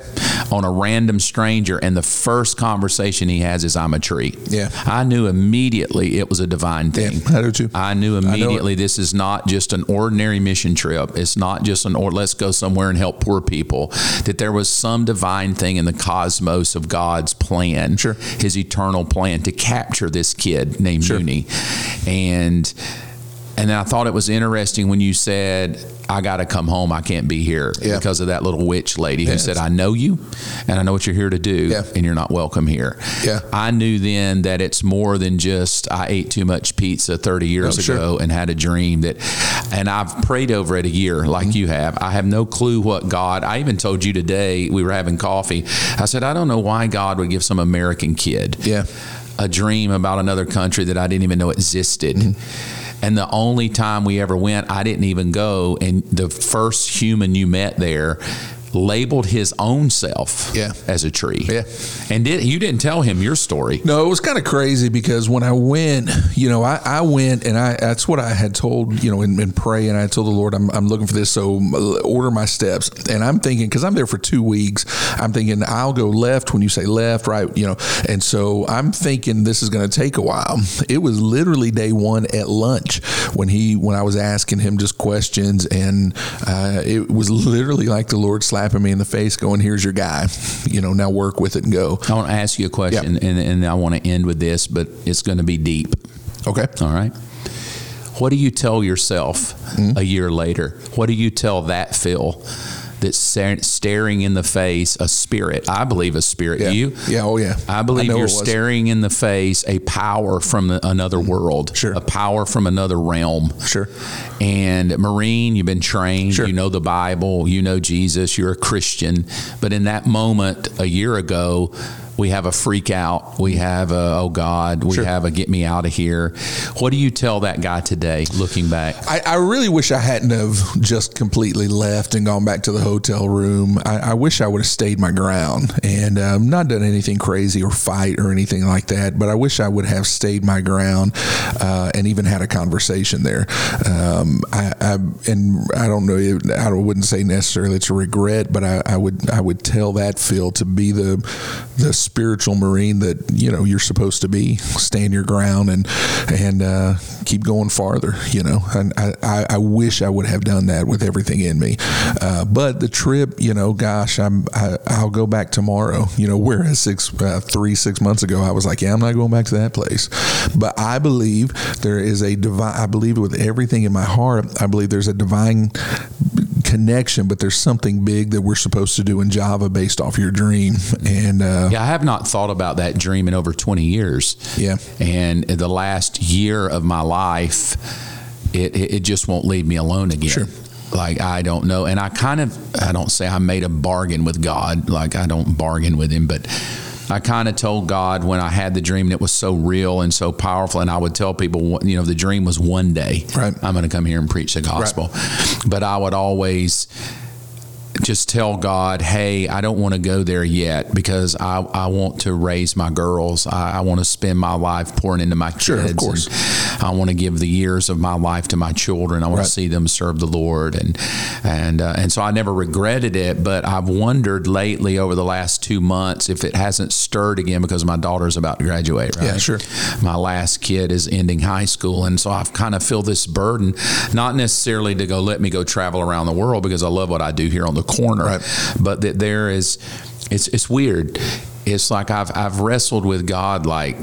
S1: on a random stranger. And the first conversation he has is, I'm a tree.
S2: Yeah.
S1: I knew immediately it was a divine thing.
S2: Yeah, I do too.
S1: I knew immediately this is not just an ordinary mission trip. It's not just an or let's go somewhere and help poor people. That there was some divine thing in the cosmos of God's plan,
S2: Sure.
S1: His eternal plan to capture this kid named Mooney, and and then I thought it was interesting when you said. I got to come home. I can't be here
S2: Yeah.
S1: because of that little witch lady who
S2: Yeah,
S1: said,
S2: it's-
S1: "I know you, and I know what you're here to do,
S2: Yeah.
S1: and you're not welcome here."
S2: Yeah.
S1: I knew then that it's more than just I ate too much pizza 30 years
S2: Oh, sure.
S1: ago and had a dream that, and I've prayed over it a year like
S2: Mm-hmm.
S1: you have. I have no clue what God, I even told you today, we were having coffee. I said, I don't know why God would give some American kid
S2: Yeah.
S1: a dream about another country that I didn't even know existed.
S2: Mm-hmm.
S1: And the only time we ever went, I didn't even go. And the first human you met there labeled his own self
S2: Yeah.
S1: as a tree.
S2: Yeah.
S1: And did, you didn't tell him your story.
S2: No, it was kind of crazy because when I went, you know, I, I went and I that's what I had told, you know, in, in pray and I told the Lord, I'm, I'm looking for this, so uh, order my steps. And I'm thinking, because I'm there for two weeks, I'm thinking I'll go left when you say left, right, you know. And so I'm thinking this is going to take a while. It was literally day one at lunch when he when I was asking him just questions, and uh, it was literally like the Lord slapping me in the face, going, "Here's your guy, you know, now work with it and go."
S1: I want to ask you a question, and, and I want to end with this, but it's going to be deep.
S2: Okay.
S1: All right.
S2: Hmm?
S1: What do you tell yourself a year later? What do you tell that Phil that's sa- staring in the face a spirit. I believe a spirit.
S2: Yeah.
S1: Do you?
S2: Yeah. Oh, yeah.
S1: I believe
S2: know
S1: you're
S2: it was.
S1: staring in the face a power from the, another world,
S2: Sure.
S1: a power from another realm.
S2: Sure.
S1: And Marine, you've been trained,
S2: Sure.
S1: you know the Bible, you know Jesus, you're a Christian. But in that moment a year ago, we have a freak out. We have a, oh God, we
S2: Sure.
S1: have a get me out of here. What do you tell that guy today, looking back?
S2: I, I really wish I hadn't have just completely left and gone back to the hotel room. I, I wish I would have stayed my ground and um, not done anything crazy or fight or anything like that. But I wish I would have stayed my ground uh, and even had a conversation there. Um, I, I and I don't know. it- I wouldn't say necessarily it's a regret, but I, I would I would tell that Phil to be the the spiritual marine that you know you're supposed to be. Stand your ground and and uh, keep going farther. You know, and I, I, I wish I would have done that with everything in me. Uh, but the trip, you know, gosh, I'm I, I'll go back tomorrow. You know, whereas six uh, three six months ago I was like, yeah, I'm not going back to that place. But I believe there is a divine. I believe with everything in my heart. I believe there's a divine connection, but there's something big that we're supposed to do in Java based off your dream. And uh,
S1: Yeah, I have not thought about that dream in over 20 years.
S2: Yeah.
S1: And the last year of my life, it, it, it just won't leave me alone again.
S2: Sure.
S1: Like, I don't know. And I kind of, I don't say I made a bargain with God. Like, I don't bargain with Him, but I kind of told God when I had the dream and it was so real and so powerful. And I would tell people, you know, the dream was one day
S2: Right.
S1: I'm going to come here and preach the gospel. But I would always just tell God, hey, I don't want to go there yet because I, I want to raise my girls. I, I want to spend my life pouring into my kids.
S2: Sure, of
S1: and
S2: course.
S1: I want to give the years of my life to my children. I want
S2: Right.
S1: to see them serve the Lord. And and uh, and so I never regretted it, but I've wondered lately over the last two months if it hasn't stirred again because my daughter's about to graduate. Right?
S2: Yeah, sure.
S1: My last kid is ending high school, and so I've kind of feel this burden, not necessarily to go let me go travel around the world because I love what I do here on the corner,
S2: Right.
S1: but that there is, it's it's weird. It's like I've I've wrestled with God, like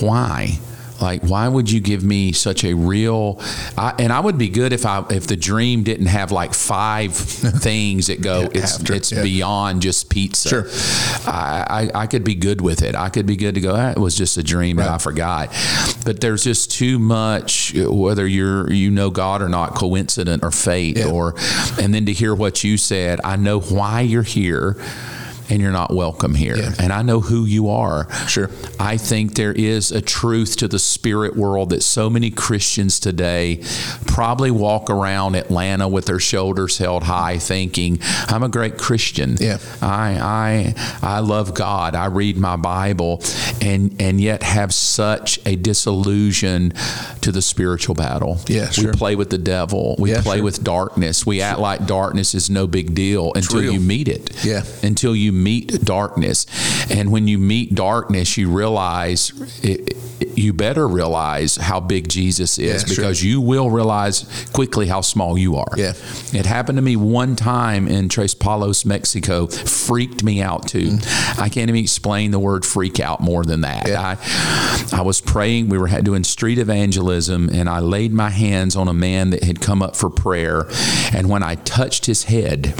S1: why. Like, why would you give me such a real? I, and I would be good if I if the dream didn't have like five things that go. it's
S2: after,
S1: it's
S2: yeah.
S1: beyond just pizza.
S2: Sure.
S1: I, I I could be good with it. I could be good to go. That was just a dream that I
S2: Right.
S1: forgot. But there's just too much, whether you're you know God or not, coincident or fate,
S2: Yeah.
S1: or and then to hear what you said, I know why you're here. And you're not welcome here.
S2: Yeah.
S1: And I know who you are.
S2: Sure.
S1: I think there is a truth to the spirit world that so many Christians today probably walk around Atlanta with their shoulders held high, thinking, "I'm a great Christian.
S2: Yeah.
S1: I I I love God. I read my Bible," and and yet have such a disillusion to the spiritual battle.
S2: Yeah,
S1: we
S2: sure.
S1: play with the devil. We
S2: Yeah,
S1: play
S2: sure.
S1: with darkness. We act like darkness is no big deal until
S2: real.
S1: you meet it
S2: Yeah.
S1: until you meet darkness. And when you meet darkness, you realize it, it- you better realize how big Jesus is
S2: Yeah, sure.
S1: because you will realize quickly how small you are.
S2: Yeah.
S1: It happened to me one time in Tres Palos, Mexico, freaked me out too. I can't even explain the word freak out more than that.
S2: Mm. Yeah.
S1: I, I was praying, we were had- doing street evangelism, and I laid my hands on a man that had come up for prayer. And when I touched his head,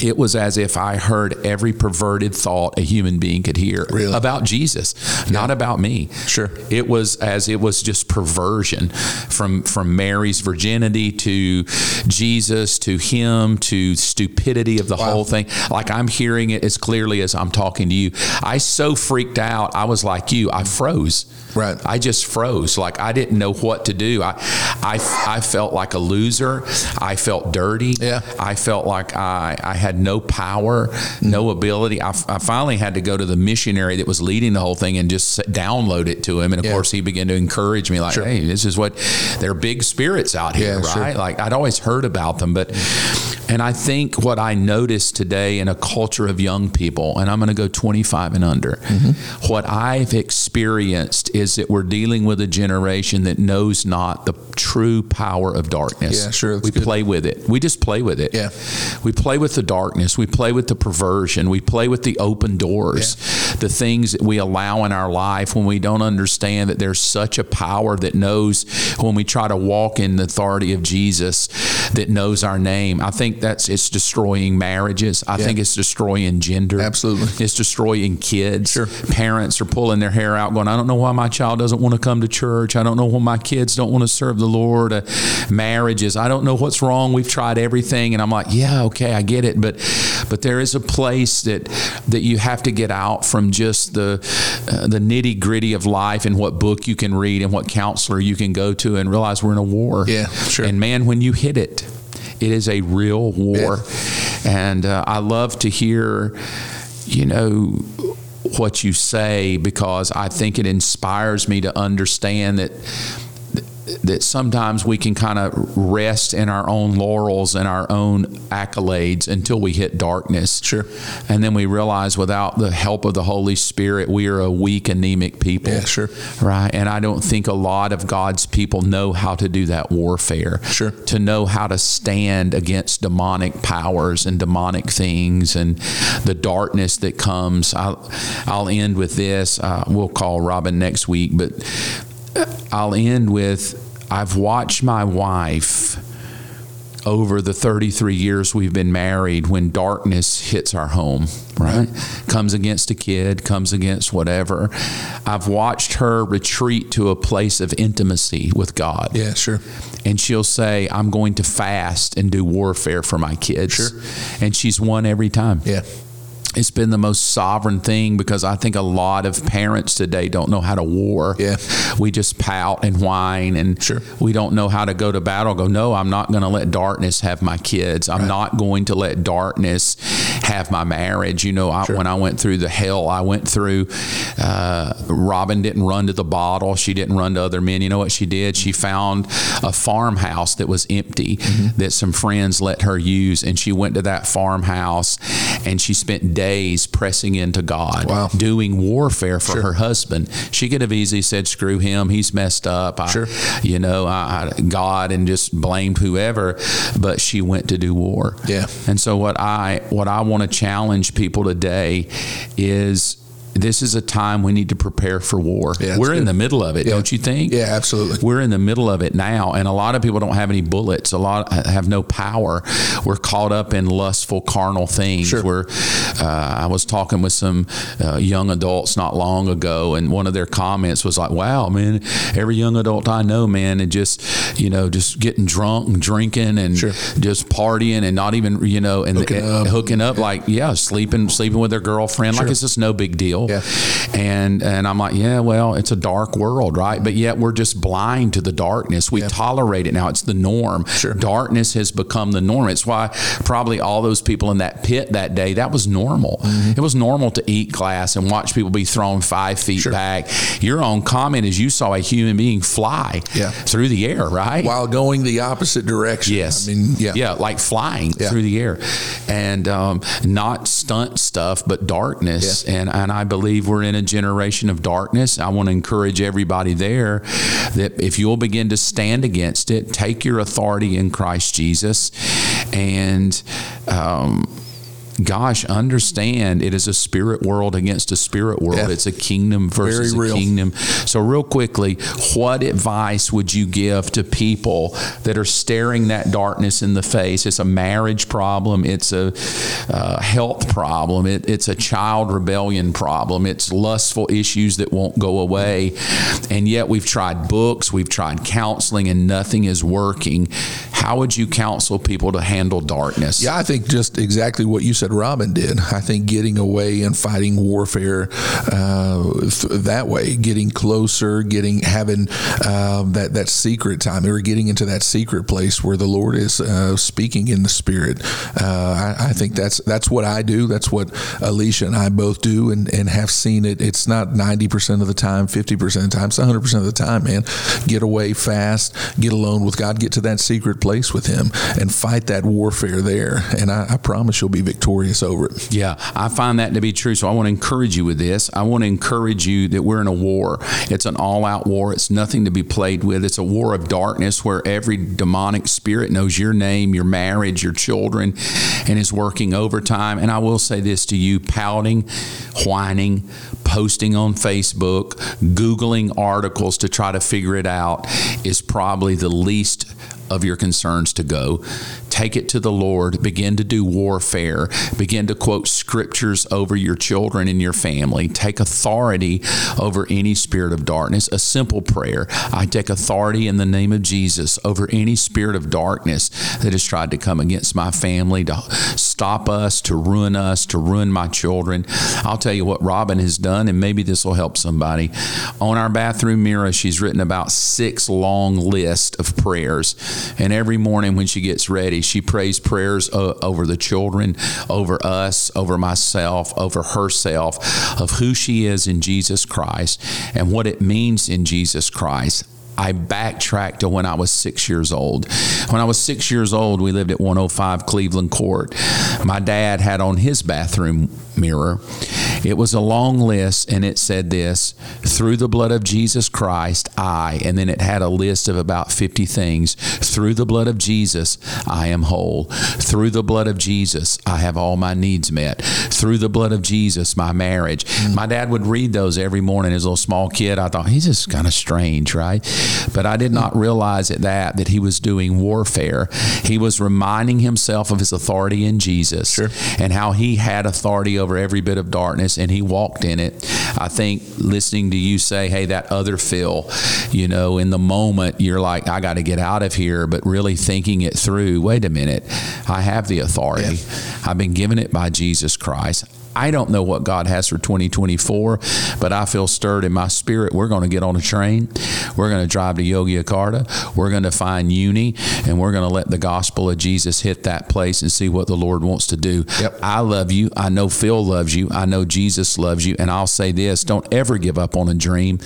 S1: it was as if I heard every perverted thought a human being could hear
S2: Really?
S1: about Jesus, not about me.
S2: Sure.
S1: It was as it was just perversion from from Mary's virginity to Jesus to him to stupidity of the whole thing. Like I'm hearing it as clearly as I'm talking to you. I so freaked out. I was like you. I froze.
S2: Right.
S1: I just froze. Like I didn't know what to do. I I, I felt like a loser. I felt dirty.
S2: Yeah.
S1: I felt like I, I had no power, no ability. I, I finally had to go to the missionary that was leading the whole thing and just s- download it to him. And of
S2: Yeah.
S1: course, he began to encourage me, like,
S2: Sure.
S1: hey, this is what they're big spirits out here,
S2: Yeah, sure.
S1: right? Like I'd always heard about them, but and I think what I noticed today in a culture of young people, and I'm going to go 25 and under,
S2: Mm-hmm.
S1: what I've experienced is that we're dealing with a generation that knows not the true power of darkness.
S2: Yeah, sure, that's
S1: We
S2: good.
S1: play with it. We just play with it.
S2: Yeah.
S1: We play with the darkness. We play with the perversion. We play with the open doors. the things that we allow in our life when we don't understand that there's such a power that knows when we try to walk in the authority of Jesus that knows our name. I think that's it's destroying marriages. I
S2: Yeah.
S1: think it's destroying gender.
S2: Absolutely.
S1: It's destroying kids.
S2: Sure.
S1: Parents are pulling their hair out, going, I don't know why my child doesn't want to come to church. I don't know why my kids don't want to serve the Lord. Uh, marriages, I don't know what's wrong. We've tried everything. And I'm like, yeah, okay, I get it. But but there is a place that that you have to get out from just the uh, the nitty gritty of life and what book you can read and what counselor you can go to and realize we're in a war.
S2: Yeah, sure.
S1: And man, when you hit it, it is a real war. And uh, I love to hear, you know, what you say because I think it inspires me to understand that that sometimes we can kind of rest in our own laurels and our own accolades until we hit darkness.
S2: Sure.
S1: And then we realize without the help of the Holy Spirit, we are a weak, anemic people.
S2: Yeah, sure.
S1: Right. And I don't think a lot of God's people know how to do that warfare.
S2: Sure.
S1: To know how to stand against demonic powers and demonic things and the darkness that comes. I'll, I'll end with this. Uh, we'll call Robin next week, but I'll end with I've watched my wife over the 33 years we've been married when darkness hits our home, right? Comes against a kid, comes against whatever. I've watched her retreat to a place of intimacy with God.
S2: Yeah, sure.
S1: And she'll say, I'm going to fast and do warfare for my kids. And she's won every time
S2: Yeah.
S1: it's been the most sovereign thing because I think a lot of parents today don't know how to war.
S2: Yeah.
S1: We just pout and whine and
S2: Sure.
S1: we don't know how to go to battle. Go, no, I'm not going to let darkness have my kids. I'm not going to let darkness have my marriage. You know, I, when I went through the hell I went through, uh, Robin didn't run to the bottle. She didn't run to other men. You know what she did? She found a farmhouse that was empty
S2: Mm-hmm.
S1: that some friends let her use. And she went to that farmhouse and she spent days pressing into God,
S2: Wow.
S1: doing warfare for her husband. She could have easily said, screw him. He's messed up. I,
S2: Sure.
S1: You know, I, I, God and just blamed whoever. But she went to do war.
S2: Yeah.
S1: And so what I what I want to challenge people today is this is a time we need to prepare for war.
S2: Yeah, that's
S1: We're in
S2: good.
S1: the middle of it,
S2: Yeah.
S1: don't you think?
S2: Yeah, absolutely.
S1: We're in the middle of it now, and a lot of people don't have any bullets. A lot have no power. We're caught up in lustful, carnal things.
S2: Sure.
S1: We're, uh, I was talking with some uh, young adults not long ago, and one of their comments was like, "Wow, man! Every young adult I know, man, and just you know, just getting drunk and drinking and
S2: Sure.
S1: just partying and not even you know, and
S2: Hooking
S1: and
S2: up.
S1: hooking up like yeah, sleeping sleeping with their girlfriend like it's just no big deal."
S2: Yeah.
S1: and and I'm like, yeah, well, it's a dark world, right? But yet we're just blind to the darkness. We tolerate it now. It's the norm.
S2: Sure.
S1: Darkness has become the norm. It's why probably all those people in that pit that day that was normal.
S2: Mm-hmm.
S1: It was normal to eat glass and watch people be thrown five feet back. Your own comment is you saw a human being fly
S2: Yeah.
S1: through the air, right?
S2: While going the opposite direction.
S1: Yes.
S2: I mean, yeah.
S1: like flying
S2: Yeah.
S1: through the air, and um, not stunt stuff, but darkness. And and I believe we're in a generation of darkness. I want to encourage everybody there that if you'll begin to stand against it, take your authority in Christ Jesus, and. Um, Gosh, understand it is a spirit world against a spirit world.
S2: Yeah.
S1: It's a kingdom versus a
S2: Very real.
S1: kingdom kingdom. So, real quickly, what advice would you give to people that are staring that darkness in the face? It's a marriage problem. It's a uh, health problem. It, it's a child rebellion problem. It's lustful issues that won't go away. And yet, we've tried books, we've tried counseling, and nothing is working. How would you counsel people to handle darkness?
S2: Yeah, I think just exactly what you said, Robin did. I think getting away and fighting warfare uh, th- that way, getting closer, getting having um, that that secret time, or getting into that secret place where the Lord is uh, speaking in the Spirit. Uh, I, I think that's that's what I do. That's what Alicia and I both do, and, and have seen it. It's not ninety percent of the time, fifty percent of the time, it's hundred percent of the time. Man, get away fast, get alone with God, get to that secret place with Him, and fight that warfare there. And I, I promise you'll be victorious over it.
S1: Yeah, I find that to be true. So I want to encourage you with this. I want to encourage you that we're in a war. It's an all out war. It's nothing to be played with. It's a war of darkness where every demonic spirit knows your name, your marriage, your children, and is working overtime. And I will say this to you pouting, whining, posting on Facebook, Googling articles to try to figure it out is probably the least of your concerns to go. Take it to the Lord. Begin to do warfare. Begin to quote scriptures over your children and your family. Take authority over any spirit of darkness. A simple prayer I take authority in the name of Jesus over any spirit of darkness that has tried to come against my family, to stop us, to ruin us, to ruin my children. I'll tell you what Robin has done, and maybe this will help somebody. On our bathroom mirror, she's written about six long list of prayers. And every morning when she gets ready, she prays prayers uh, over the children, over us, over myself, over herself, of who she is in Jesus Christ and what it means in Jesus Christ. I backtracked to when I was six years old. When I was six years old, we lived at 105 Cleveland Court. My dad had on his bathroom mirror, it was a long list and it said this through the blood of Jesus Christ, I, and then it had a list of about 50 things. Through the blood of Jesus, I am whole. Through the blood of Jesus, I have all my needs met. Through the blood of Jesus, my marriage. My dad would read those every morning as a little small kid. I thought, he's just kind of strange, right? But I did not realize at that that he was doing warfare. He was reminding himself of his authority in Jesus
S2: Sure.
S1: and how he had authority over every bit of darkness and he walked in it. I think listening to you say, hey, that other Phil, you know, in the moment you're like, I got to get out of here, but really thinking it through, wait a minute, I have the authority. I've been given it by Jesus Christ. I don't know what God has for 2024, but I feel stirred in my spirit. We're going to get on a train. We're going to drive to Yogyakarta. We're going to find Uni, and we're going to let the gospel of Jesus hit that place and see what the Lord wants to do.
S2: Yep.
S1: I love you. I know Phil loves you. I know Jesus loves you. And I'll say this don't ever give up on a dream.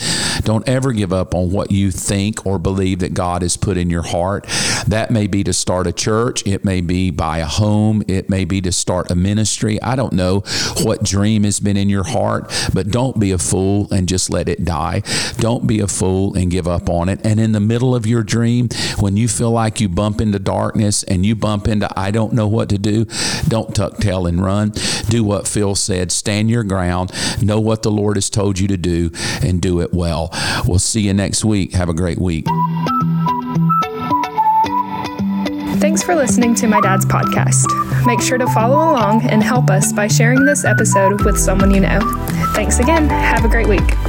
S1: Don't ever give up on what you think or believe that God has put in your heart. That may be to start a church, it may be buy a home, it may be to start a ministry. I don't know what dream has been in your heart, but don't be a fool and just let it die. Don't be a fool and give up on it. And in the middle of your dream, when you feel like you bump into darkness and you bump into I don't know what to do, don't tuck tail and run. Do what Phil said. Stand your ground. Know what the Lord has told you to do and do it well. We'll see you next week. Have a great week.
S4: Thanks for listening to my dad's podcast. Make sure to follow along and help us by sharing this episode with someone you know. Thanks again. Have a great week.